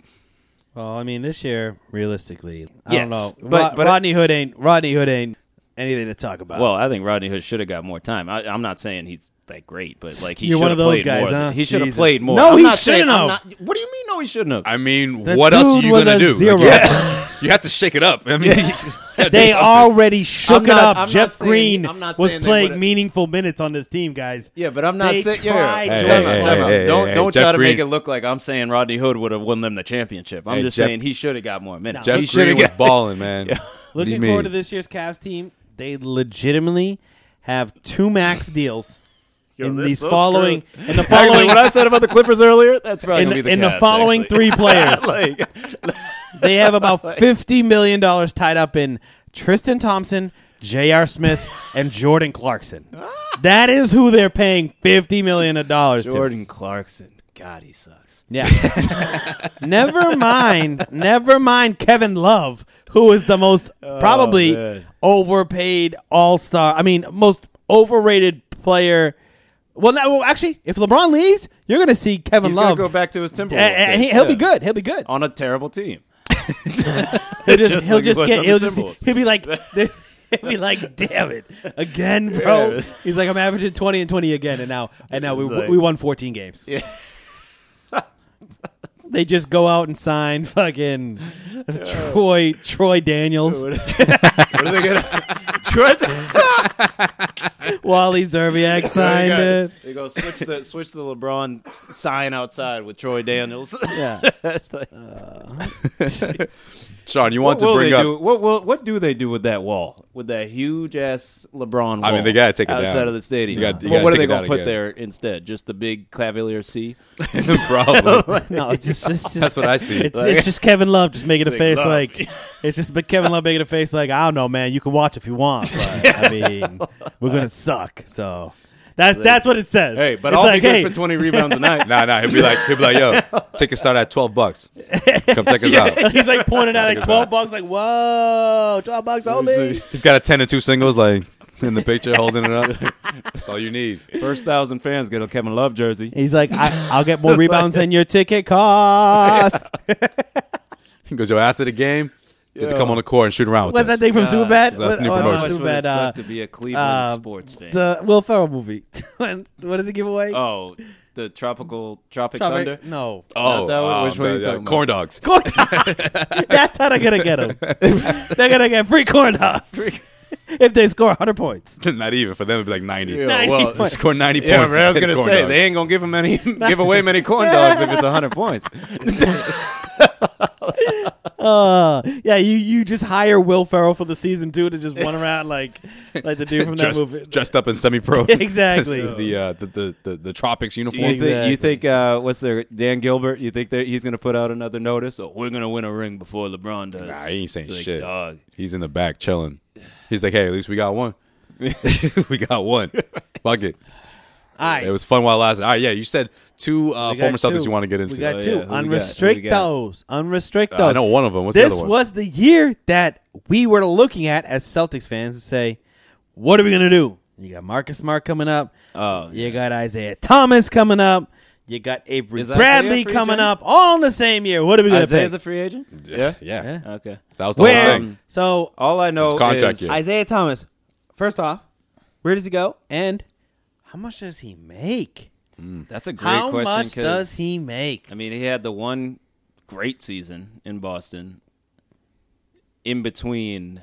well, I mean, this year, realistically, I
Yes,
don't know.
but-
Rod-
but-
Rodney Hood ain't Rodney Hood ain't anything to talk about.
well, I think Rodney Hood should have got more time. I, I'm not saying he's that great, but like he
You're
should
one
have
of those
played
guys,
more. than-
huh?
He should have
Jesus.
played more.
No,
I'm
he
not saying-
shouldn't
I'm
have.
not- What do you mean? No, he shouldn't have.
I mean,
The
what else are
dude
you
was
gonna
a
do?
zero.
Like, yeah, you have to shake it up. I mean,
they already shook
I'm not-
it up.
I'm not
Jeff
saying-
Green
I'm not
was
saying they
playing
would've-
meaningful minutes on this team, guys.
Yeah, but I'm not
They
saying. Yeah,
tried
yeah,
Hey,
time
hey,
out,
hey,
time out.
hey,
don't
hey,
don't
Jeff
try to make
Green-
it look like I'm saying Rodney Hood would have won them the championship. I'm
Hey,
just
Jeff-
saying he should have got more minutes.
Jeff
he
Green
should
was
have
balling, man.
Looking
Me.
forward to this year's Cavs team. They legitimately have two max deals in
this-
these
those
following in the following
what I said about the Clippers earlier, that's probably
in,
gonna be the
in the
Cavs,
following
actually.
three players.
like,
they have about fifty million dollars tied up in Tristan Thompson, J.R. Smith, and Jordan Clarkson. That is who they're paying fifty million dollars to.
Ah. Jordan Clarkson. God, he sucks.
Yeah. never mind. Never mind Kevin Love, who is the most probably
Oh, man.
overpaid all star. I mean, most overrated player. Well, no, well, actually, if LeBron leaves, you're going to see Kevin
He's
Love.
gonna go back to his Timberwolves.
A- and he,
days,
he'll be
yeah.
good. He'll be good.
on a terrible team.
He'll
just
just, he'll
like he
just
was
get
on the
he'll just
Timberwolves.
he'll be like he'll be like damn it again, bro.
Yeah.
He's like I'm averaging twenty and twenty again, and now and now we
It's like-
we won fourteen games.
Yeah.
they just go out and sign fucking Troy Troy Daniels,
What are they gonna? Troy-
Wally Zerbiak
they,
signed
go,
it.
they go switch the switch the LeBron s- sign outside with Troy Daniels.
Yeah,
That's like-
Sean, you want
will
to bring
they
up?
do? What will what do they do with that wall? With that huge ass LeBron wall?
I mean, they gotta take it down.
outside of the stadium.
You gotta- you
Well,
gotta
what are
take
they
it
gonna
down
put
again.
there instead? Just the big Cavalier C.
Probably.
no, it's just, it's just
That's what I see.
It's, it's just Kevin Love just making a face
Love.
like it's just but Kevin Love making a face like I don't know, man. You can watch if you want, but I mean, we're gonna suck. So that's that's what it says.
Hey, but
it's
I'll
like,
be good
hey,
for twenty rebounds a night.
Nah, nah. He'll be like, he'll be like, yo, tickets start at twelve bucks. Come check us out.
He's like pointing out like twelve bucks, like whoa, twelve bucks only.
He's got a ten and two singles, like in the picture, holding it up. That's all you need.
First thousand fans get a Kevin Love jersey.
He's like, I, I'll get more rebounds than your ticket cost.
He goes, yo, after the game, you have to come on the court and shoot around with
What's
us.
that thing from Superbad?
That's new
oh, no,
promotion.
That's what
Superbad,
it's
uh,
like to be a Cleveland
uh,
sports fan.
the Will Ferrell movie. what does he give away?
oh, the tropical Tropic,
Tropic-
Thunder.
No.
Not
Oh,
that one.
um,
Which one are you
the-
talking
Corn dogs.
Corn dogs. That's how they're gonna get them. they're gonna get free corn dogs if they score 100 points.
Not even for them. It'd be like ninety.
Yeah,
90
well,
points.
Score ninety
Yeah,
points.
man, I was
and
gonna
corn
say
dogs.
they ain't gonna give him any, give away many corn dogs if it's hundred points.
Uh, yeah, you, you just hire Will Ferrell for the season two to just run around like like the dude from that movie.
dressed, dressed up in semi-pro.
Exactly.
the, uh, the, the the the tropics
You
uniform.
think, you think uh, what's their Dan Gilbert? You think that he's going to put out another notice? Oh, we're going to win a ring before LeBron does.
Nah, he ain't saying
Like,
shit.
Dog.
He's in the back chilling. He's like, hey, at least we got one. we got one. Fuck it.
All right,
It was fun while it lasted. All right, yeah. You said two uh,
we got
former Celtics
two.
you want to get into.
We got
Uh,
two.
Oh, yeah. Who we got? Who we
Unrestrict
got?
those. Unrestrict
I
those.
know one of them. What's the
this
other one?
was the year that we were looking at as Celtics fans to say, what are we going to do? You got Marcus Smart coming up.
Oh,
you got Isaiah Thomas coming up. You got Avery
Is Isaiah
Bradley
a free
coming
agent?
up all in the same year. What are we going to
Isaiah's
pick?
a free agent.
yeah, yeah,
Okay.
That was the whole
Where?
thing.
so
All I know
His contract
is
year.
Isaiah Thomas, first off, where does he go? And how much does he make?
that's a great
How
question.
much
'cause,
does he make?
I mean, he had the one great season in Boston. In between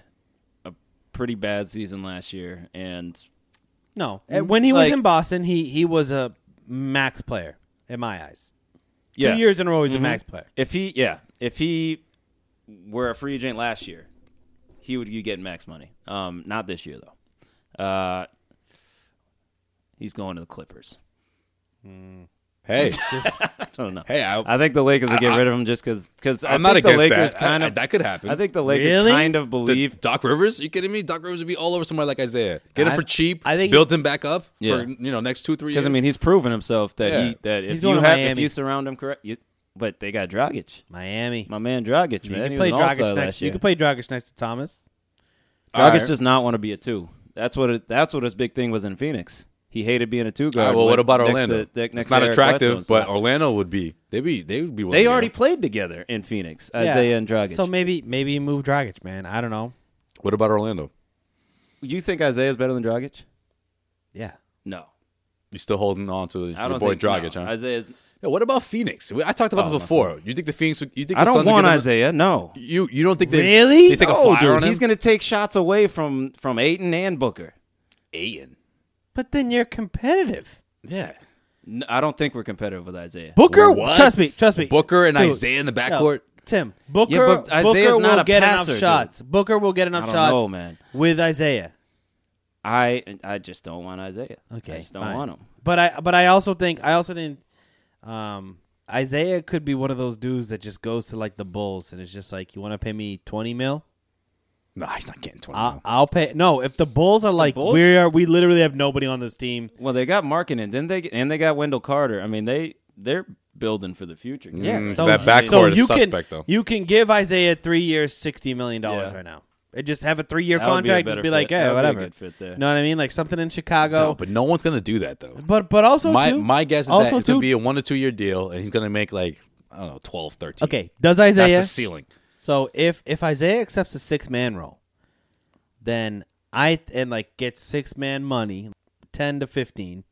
a pretty bad season last year and
No, Uh, when he was
like-
in Boston, he he was a max player in my eyes.
yeah, Mm-hmm.
Two years in a row, he's a max player.
If he, yeah, if he were a free agent last year, he would be getting max money. Um, not this year though. Uh, he's going to the Clippers.
Hey,
I don't know.
hey, I,
I think the Lakers will get rid of him just because because
I'm not
the
against
Lakers
that. I-
kind
I-
of
that could happen.
I think the Lakers
Really?
kind of
The-
believe
Doc Rivers? You kidding me? Doc Rivers would be all over somebody like Isaiah. Get him
I-
for cheap.
I think-
build him back up
Yeah.
for you know next two three years.
because I mean he's proven himself that
Yeah.
he that
He's
if
going
you
to
have if
Miami.
you surround him correct, you, but they got Dragic,
Miami.
my man Dragic,
You
man.
can
he
play
was an all-star
Dragic
last
next.
year.
You can play Dragic next to Thomas.
All
Dragic
right.
does not want to be a two. That's what it, that's what his big thing was in Phoenix. He hated being a two
All
guard.
right, well, what
Went
about
next
Orlando?
to- next
it's
to
not
Eric
attractive,
Bledsoe and
but
stuff.
Orlando would be. They'd be. They would be. willing
they
to
already
go.
played together in Phoenix. Isaiah and Dragic.
So maybe maybe you move Dragic, man. I don't know.
What about Orlando?
you think Isaiah's better than Dragic?
Yeah.
No,
You still holding on to
I
your
don't
boy
think
Dragic,
no.
huh?
Isaiah's.
Yeah, what about Phoenix? We- I talked about this before. You think the Phoenix? would- You think
I
the
don't
Suns would
want
give him-
Isaiah. No,
You you don't think they
Really?
They take
No,
a flyer
dude,
on him.
He's going to take shots away from from Aiton and Booker.
Aiden.
But then you're competitive.
Yeah.
N I don't think we're competitive with Isaiah.
Booker,
What?
trust me, trust me.
Booker and
Dude,
Isaiah in the
no,
backcourt.
Tim Booker,
Yeah, but Isaiah's
Booker
not
will
a
get
passer,
enough
dude.
shots. Booker will get enough
I don't
shots.
know, man.
With Isaiah,
I I just don't want Isaiah.
okay,
I just don't
fine.
want him.
But I but I also think I also think um, Isaiah could be one of those dudes that just goes to like the Bulls and it's just like you want to pay me twenty mil.
No, he's not getting twenty.
I'll, I'll pay. No, if the Bulls are like
Bulls?
we are, we literally have nobody on this team.
Well, they got Markkinen, didn't they? And they got Wendell Carter. I mean, they they're building for the future. kid.
Mm, that backcourt is
you
suspect,
can,
though.
You can give Isaiah three years, sixty million dollars
Yeah.
right now. And just have a three year
That would be a
contract.
better
just be
fit.
like, yeah,
That would be a
whatever.
good fit there.
You know what I mean? Like something in
No,
Chicago.
but no one's gonna do that though.
but but also
my
too,
my guess is
also
that it's gonna
too-
be a one to two year deal, and he's gonna make like I don't know 12, 13.
okay. Does
that's
Isaiah
the ceiling.
So if if Isaiah accepts a six man role, then I and like gets six man money, ten to fifteen,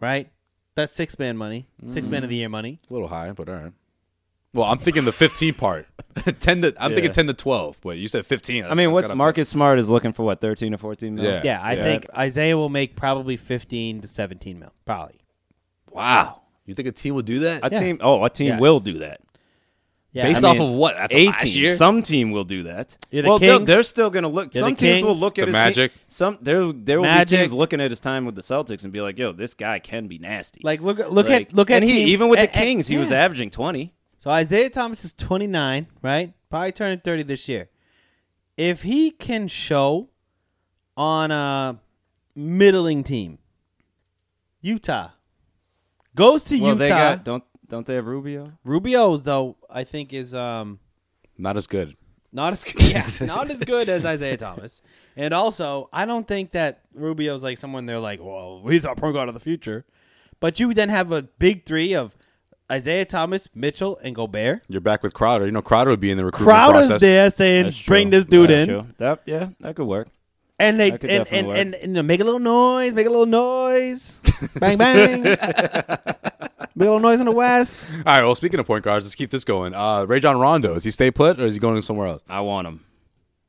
right? That's six man money, six man of
Mm-hmm.
the year money.
A little high, but all right. Well, I'm thinking the 15 part. 10 to I'm thinking 10 to 12, but you said 15.
I mean,
That's
what's
gotta-
Marcus Smart is looking for? What thirteen or fourteen? mil?
Yeah.
Yeah, I
yeah.
think Isaiah will make probably fifteen to seventeen mil, probably.
Wow. You think a team will do that?
a team. Oh, a team
Yes.
will do that.
Yeah,
Based
I
off
mean,
of what? At the
A
last
team.
year?
Some team will do that.
You're the
well, they'll-
Kings.
they're still going to look.
You're the
some teams will
Kings.
look at
The
his team-
Magic.
Some there there will
Magic.
be teams looking at his time with the Celtics and be like, "Yo, this guy can be nasty."
like look look
Like-
at look at
and he,
teams-
even with
and-
the
and-
Kings, he was
yeah.
averaging twenty.
So Isaiah Thomas is 29, right? Probably turning 30 this year. If he can show on a middling team, Utah goes to
Well,
Utah.
they got don't don't they have Rubio?
Rubio's though I think is um
Not as good.
not as good, yeah, not as good as Isaiah Thomas. And also, I don't think that Rubio's like someone they're like, well, he's our pro guard of the future. But you then have a big three of Isaiah Thomas, Mitchell, and Gobert.
You're back with Crowder. You know, Crowder would be in the recruitment
Crowder's
process.
there saying,
That's
"Bring
true.
this dude
That's
in,"
true. That yeah, that could work.
and they
That could
and and,
definitely
and, and, you know, make a little noise, make a little noise, bang bang, make a little noise in the west.
All right. Well, speaking of point guards, let's keep this going. Uh, Ray John Rondo, is he stay put or is he going somewhere else?
I want him.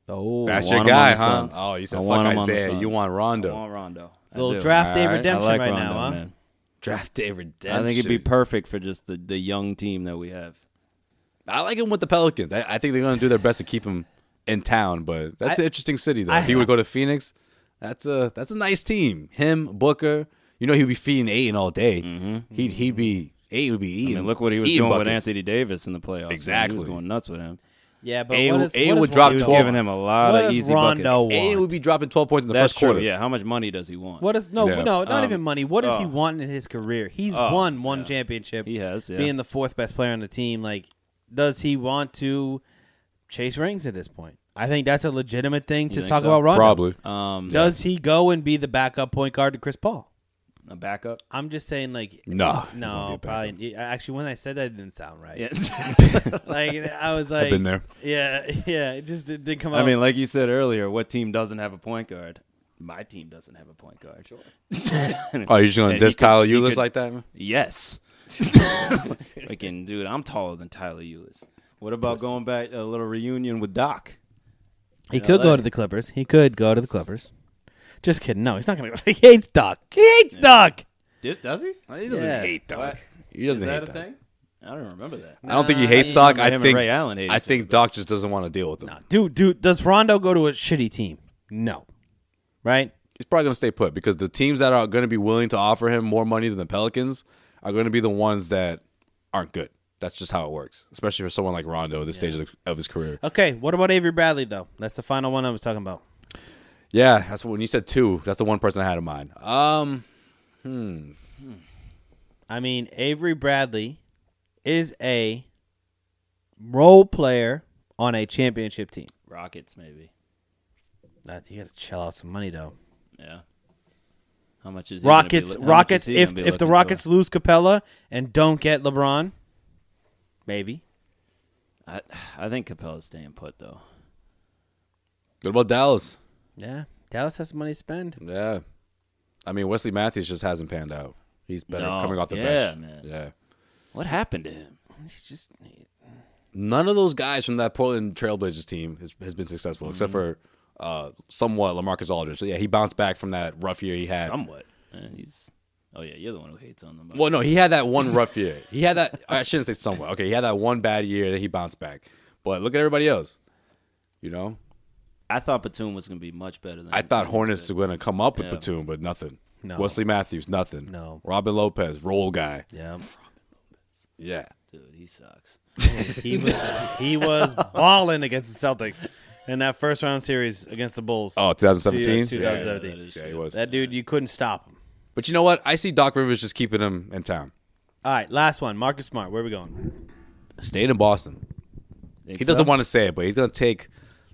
Oh,
want
That's your
him on
guy,
the
huh?
Suns.
Oh, you said
I
fuck
want him on the
Isaiah.
Suns.
You want Rondo.
I want Rondo. I
little
do.
draft day
All right.
I
redemption
like
right
Rondo,
now, huh?
man.
Draft day redemption.
I think it'd be perfect for just the the young team that we have.
I like him with the Pelicans. I, I think they're going to do their best to keep him in town, but that's
I-
an interesting city though.
I-
if he would go to Phoenix, that's a that's a nice team. Him Booker, you know he'd be feeding Aiden all day. He'd he'd be Aiden would be
Mm-hmm. I
eating.
mean, look what he was
eating
doing with
buckets.
Anthony Davis in the playoffs. man. He
Exactly.
was going nuts with him.
Yeah, but
A-
what is,
A
what
would
is
drop
He
Rondo-
was
12.
giving him a lot
what
of
does
easy
Rondo
buckets.
Aiden
want?
would be dropping twelve points in the
That's
first
true.
quarter.
Yeah, how much money does he want?
What does no
Yeah.
no not
Um,
even money? What does he
oh.
want in his career? He's
Oh,
won one
yeah.
championship.
He has, yeah.
being the fourth best player on the team. Like, does he want to chase rings at this point? I think that's a legitimate thing to
think
talk
so?
about. Rondo.
probably.
Um,
Does he go and be the backup point guard to Chris Paul?
a backup.
I'm just saying, like,
Nah, he's gonna be
no,
a
probably. yeah, Actually, when I said that, it didn't sound right.
Yeah.
Like, I was like,
been there.
Yeah, yeah. It just did, didn't come out.
I mean, like you said earlier, what team doesn't have a point guard? My team doesn't have a point guard. Sure.
Oh, you're just going
And
to
he
diss
could-
Tyler
he
Eulis
could-
like that? man?
Yes. Freaking dude, I'm taller than Tyler Eulis. What about going back a little reunion with Doc?
he
in
could go
LA.
to the Clippers. He could go to the Clippers. Just kidding. No, he's not going to. He hates Doc. He hates Doc.
Did, does he?
He doesn't
Yeah.
hate Doc.
What?
He
Is
doesn't
that
hate
a
Doc.
thing? I don't remember that.
I don't think he
Nah,
hates
I
Doc.
remember Uh, him
I
and
think
Ray Allen hated
I
each
think Doc just doesn't want to deal with him.
Dude, dude, does Rondo go to a shitty team? No. Right?
He's probably going to stay put because the teams that are going to be willing to offer him more money than the Pelicans are going to be the ones that aren't good. That's just how it works, especially for someone like Rondo at this stage of, of his career.
Okay, what about Avery Bradley though? That's the final one I was talking about.
Yeah, that's what, when you said two. That's the one person I had in mind. Um,
I mean, Avery Bradley is a role player on a championship team.
Rockets maybe.
Uh, You got to shell out some money though.
Yeah. How much is he gonna be
Rockets,
li- how much is
Rockets.
he
If
gonna be
if the
looking for?
Rockets lose Capella and don't get LeBron, maybe.
I, I think Capella's staying put though.
what about Dallas?
Yeah, Dallas has money to spend.
Yeah, I mean Wesley Matthews just hasn't panned out. He's better
No.
coming off the
Yeah,
bench.
man.
Yeah,
What happened to him?
He's just
none of those guys from that Portland Trailblazers team has, has been successful, except
Mm-hmm.
for uh, somewhat Lamarcus Aldridge. So yeah, he bounced back from that rough year he had.
Somewhat. Uh, he's Oh yeah, you're the one who hates on them.
well, no, he had that one rough year. He had that. I shouldn't say somewhat. Okay, he had that one bad year that he bounced back. But look at everybody else. You know,
I thought Batum was going to be much better than
I
him.
thought Hornets were going to come up with
Yeah.
Batum, but nothing.
No.
Wesley Matthews, nothing.
No.
Robin Lopez, roll guy.
yeah.
Yeah.
dude, he sucks.
He was, he was balling against the Celtics in that first round series against the Bulls.
Oh, 2017.
Two-
yeah,
2017.
yeah, yeah, he was.
That dude, you couldn't stop him.
But you know what? I see Doc Rivers just keeping him in town.
All right, last one. Marcus Smart, where we going?
Staying in Boston.
Think
He doesn't
so?
want to say it, but he's going to take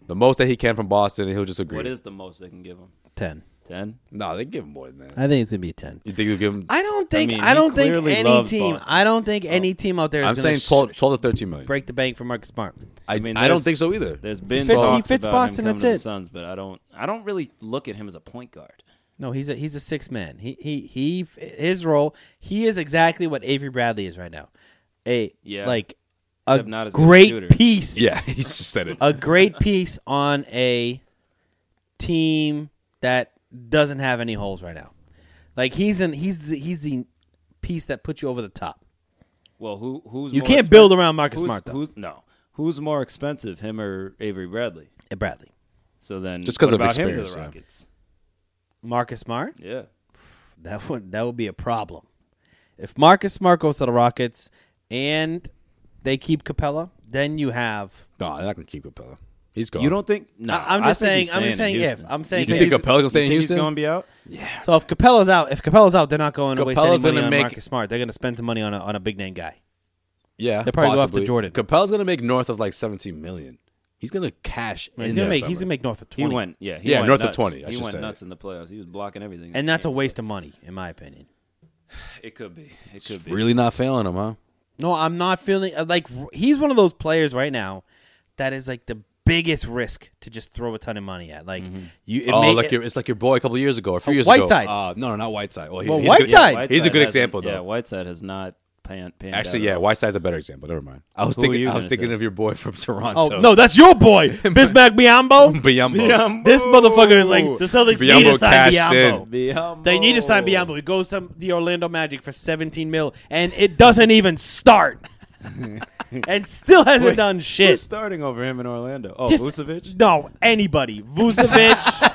the most that he can from Boston, and he'll just agree.
What is the most they can give him?
10.
Ten.
no, they give him more than that.
I think it's going to be a 10.
You think you'll give him?
I don't think I,
mean, he
don't think
clearly
any
loves
team
Boston.
I don't think any team out there is
I'm
going
saying
to
12, 12 to 13 million.
break the bank for Marcus Smart.
I, I,
mean,
don't
there's-
think so either.
There's been
fits- he
talks
fits
about
Boston,
him coming
that's
to the
it.
Suns, but I don't. I don't really look at him as a point guard.
No, he's a he's a six man. He he he his role, he is exactly what Avery Bradley is right now. A
Yeah.
like a
Except not as good a shooter.
great piece.
Yeah, he just said it.
a great piece on a team that doesn't have any holes right now. Like he's an he's the- he's the piece that puts you over the top.
Well, who who's
You
more
can't
expen-
build around Marcus
who's-
Smart, though.
Who's, no, who's more expensive, him or Avery Bradley?
And Bradley,
So then,
Just 'cause
what
of
about him to
experience,
the
yeah.
Rockets.
Marcus Smart,
Yeah.
that would that would be a problem. If Marcus Smart goes to the Rockets and they keep Capella, then you have.
No, they're not going to keep Capella. He's gone.
You don't think? No,
I- I'm just
I think
saying- I'm
he's
just
staying in
saying if.
Houston.
I'm saying
you
if.
think,
You
think Capella's staying in
he's
Houston?
going to be out?
So if Capella's out, if Capella's out, they're not going to
Capella's
waste any money
gonna
on
make-
Marcus Smart. They're going to spend some money on a, on a big name guy.
Yeah,
They'll probably go after
possibly.
Jordan.
Capella's going to make north of like 17 million. He's going to cash.
He's
in
going to
this
make
summer.
he's going to make north of
He
twenty,
went, yeah, he
Yeah,
went
north of
nuts.
20, I
he
should
went
say.
nuts in the playoffs. He was blocking everything.
and that's a waste of money, in my opinion.
It could be. It could be.
Really not failing him, huh?
No, I'm not feeling uh, like r- he's one of those players right now that is like the biggest risk to just throw a ton of money at. Like you, it
oh,
may-
like
it-
your, it's like your boy a couple years ago, or a few
Oh,
years
Whiteside.
ago. Uh, no, no, not Whiteside. Well, he,
Well,
he's
Whiteside.
Good,
Whiteside
he's a good
hasn't-
example,
Yeah,
though.
Whiteside has not pan, panned
Actually, yeah,
out at all.
Whiteside's a better example. Never mind. I was
Who were
thinking,
you
I was
gonna
thinking
say?
of your boy from Toronto.
oh no, that's your boy, Bismack Biombo.
Biombo.
This motherfucker is like the Celtics need
Biyombo
to sign
cashed
Biombo.
in.
Biombo.
They need to sign Biombo. He goes to the Orlando Magic for 17 mil, and it doesn't even start. and still hasn't done shit.
Who's starting over him in Orlando? Oh,
Just-
Vucevic?
No, anybody. Vucevic.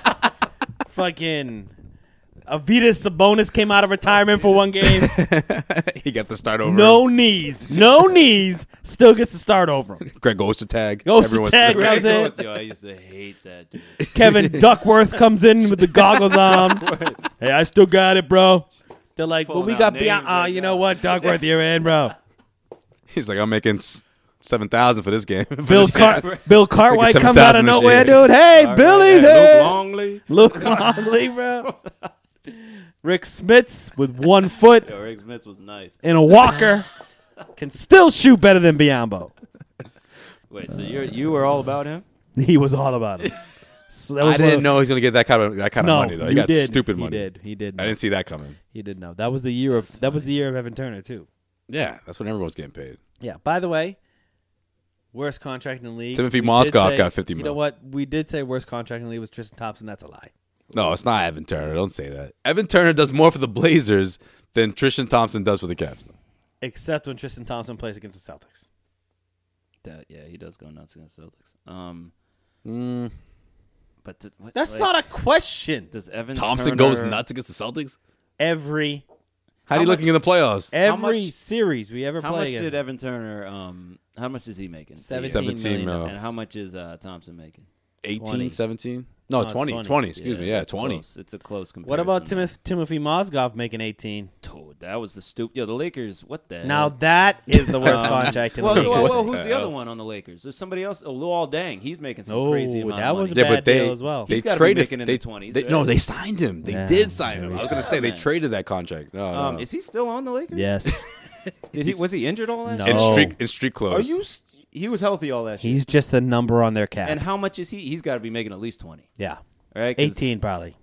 fucking. Avitas Sabonis came out of retirement for one game.
he got the start over.
No knees. No knees. Still gets to start over. him.
Greg goes to tag.
Goes to
Everyone's-
tag, comes in.
Yo, I used to hate that dude.
Kevin Duckworth comes in with the goggles on. hey, I still got it, bro. They're like, well,
Pulling
we
out
got
names
beyond.
right
uh, you
now.
know what, Duckworth, you're in, bro.
He's like, I'm making s- seven thousand for this game. For
Bill,
this
Car- Bill Cartwright
Like a
comes out of
7,000 this
nowhere,
year.
dude. Hey, Billy's here.
Luke Longley.
Luke Longley, bro. Rick Smits with one foot
Yo, Rick Smith was nice.
and a walker can still shoot better than Biombo.
Wait, so you you were all about him?
He was all about it. So that was
I
one
didn't
of-
know he was gonna get that kind of that kind
No,
of money though. He
you
got
did.
stupid
He
money.
did. He did.
I didn't see that coming.
He did know. That was the year of that was the year of Evan Turner too.
Yeah, that's when everyone's getting paid.
Yeah. By the way, worst contract in the league.
Timothy
We did
Mozgov
say-
got 50
You
mil.
know what? We did say worst contract in the league was Tristan Thompson. That's a lie.
No, it's not Evan Turner. Don't say that. Evan Turner does more for the Blazers than Tristan Thompson does for the Caps.
Except when Tristan Thompson plays against the Celtics.
That, yeah, he does go nuts against Celtics. Um,
Mm.
but th- what,
That's
like,
not a question.
does Evan
Thompson
Turner-
goes nuts against the Celtics.
Every
How, are you looking in the playoffs?
every
much-
series we ever
How
play
much
against.
did Evan Turner? Um, how much is he making?
17,
Seventeen
million.
mil.
And how much is uh, Thompson making?
18, 17? No,
it's
20,
20.
20, excuse me. Yeah,
it's
20.
close. It's a close comparison.
What about Timoth- Timothy Mozgov making 18?
Dude, that was the stupid. Yo, the Lakers. What the
Now
hell?
that is the worst
Um,
contract in
Well,
the league.
well, well,
What
who's
the
the other
hell?
one on the Lakers? There's somebody else. Oh, Luol Dang. He's making some
Oh,
crazy amount
that
of
was
money.
a bad deal as well.
They
He's gotta be
traded
making in
they,
the 20s,
they-
right?
No, they signed him. They
Yeah, Oh,
did sign him.
there
I was
he
going to say they
man.
traded that contract. No, no,
Um,
no.
is he still on the Lakers?
yes,
Did he, was he injured all that?
No.
shit?
in
Oh.
street in street
Are
clothes.
you? s- He was healthy all that shit.
he's just the number on their cap.
And how much is he? He's got to be making at least twenty.
yeah,
All right, 'Cause-
18 probably.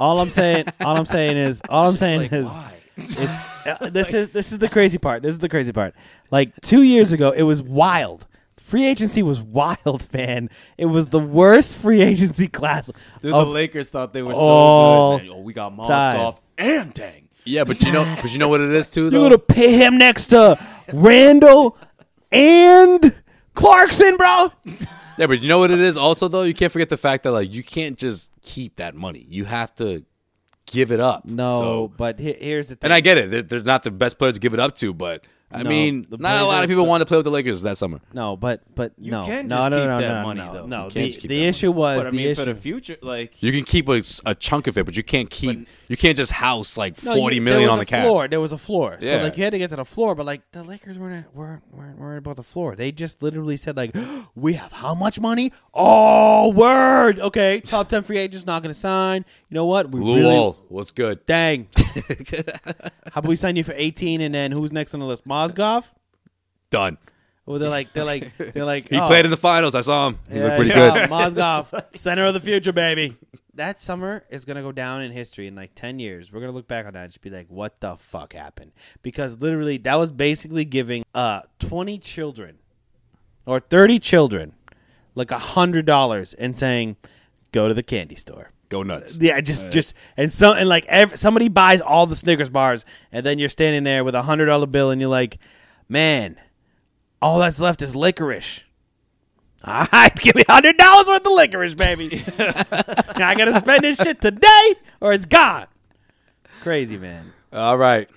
All I'm saying, all I'm saying is, all I'm saying
Like,
is,
why?
it's uh, this is this is the crazy part. This is the crazy part. Like two years ago, it was wild. Free agency was wild, man. It was the worst free agency class
Dude,
of
the Lakers thought they were
all
so good. Man. Oh, we got
time.
Mozgov and Dang.
Yeah, but you know, but you know what it is too. Though?
You're gonna pay him next to Randall and Clarkson, bro.
Yeah, but you know what it is also though? You can't forget the fact that like you can't just keep that money. You have to give it up.
No,
So-
but he- here's the thing.
and I get it. They're, they're not the best players to give it up to, but I
No,
mean,
the
not a lot
Blazers-
of people wanted to play with the Lakers that summer.
no, but but no,
can
no,
just
no,
keep
no,
that
no,
money,
no,
though.
No,
You can't
the,
just keep
the
that
issue was
But I
the
mean,
issue.
for the future, like
You can keep a, s- a chunk of it, but you can't keep you can't just house like
No,
forty
you-
million
there was
on
a
the cap.
Floor. There was a floor. So
Yeah.
like you had to get to the floor, but like the Lakers weren't weren't weren't worried about the floor. They just literally said like, "We have how much money? Oh, word. Okay, top ten free agents not going to sign. You know what? We
Lou
really
Will, what's good?
dang. how about we sign you for eighteen, and then who's next on the list? Mozgov.
Done.
Well, they're like they're like they're like
He
oh,
played in the finals. I saw him. He looked pretty
yeah,
good.
Mozgov, center of the future, baby. That summer is gonna go down in history in like ten years. We're gonna look back on that and just be like, "What the fuck happened?" Because literally, that was basically giving uh twenty children or thirty children like a hundred dollars and saying, "Go to the candy store."
Go nuts.
Yeah, just just and so and like ev somebody buys all the Snickers bars, and then you're standing there with a hundred dollar bill, and you're like, man, all that's left is licorice. All right, give me hundred dollars worth of licorice, baby. I gotta spend this shit today, or it's gone. Crazy man.
All right.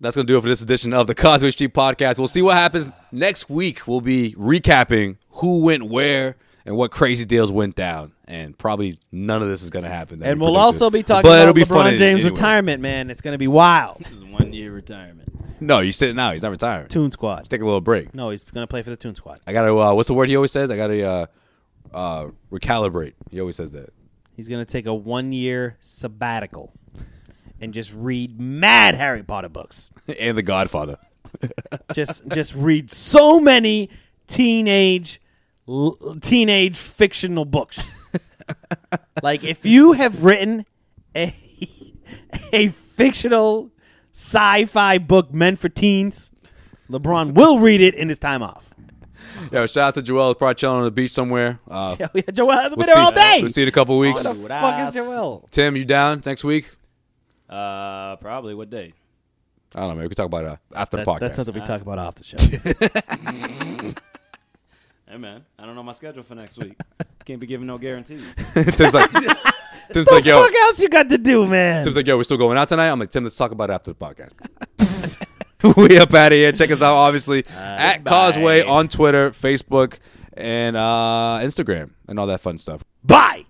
That's going to do it for this edition of the Causeway Street Podcast. We'll see what happens next week. We'll be recapping who went where and what crazy deals went down. And probably none of this is going to happen. that
And
we
we'll
predicted.
also be talking
But it'll
about
be fun
LeBron
in-
James'
anyway.
retirement, man. It's gonna be wild.
this is one year retirement.
No, you're sitting out. He's not retiring.
Toon Squad.
Take a little break.
No, he's gonna play for the Toon Squad.
I got to, uh, what's the word he always says? I got to uh, uh, recalibrate. He always says that.
He's gonna take a one year sabbatical and just read mad Harry Potter books.
and The Godfather.
Just just read so many teenage l- teenage fictional books. like if you have written a a fictional sci-fi book meant for teens, LeBron will read it in his time off.
Yo, shout out to Joel. He's probably chilling on the beach somewhere. Uh,
Yeah, Joel hasn't been
we'll
there
see.
all day.
We'll see you in a couple weeks.
What the fuck is Joel?
Tim, you down next week?
Uh, probably what day?
I don't know. Maybe we can talk about it after
That-
the podcast.
that's something we talk about off the show.
Hey man, I don't know my schedule for next week. Can't be giving no guarantees.
Tim's like, Tim's like, yo,
What else you got to do, man?
Tim's like, yo, we're still going out tonight. I'm like, Tim, let's talk about it after the podcast. we up out of here. Check us out, obviously, at Causeway on Twitter, Facebook, and uh, Instagram, and all that fun stuff.
Bye.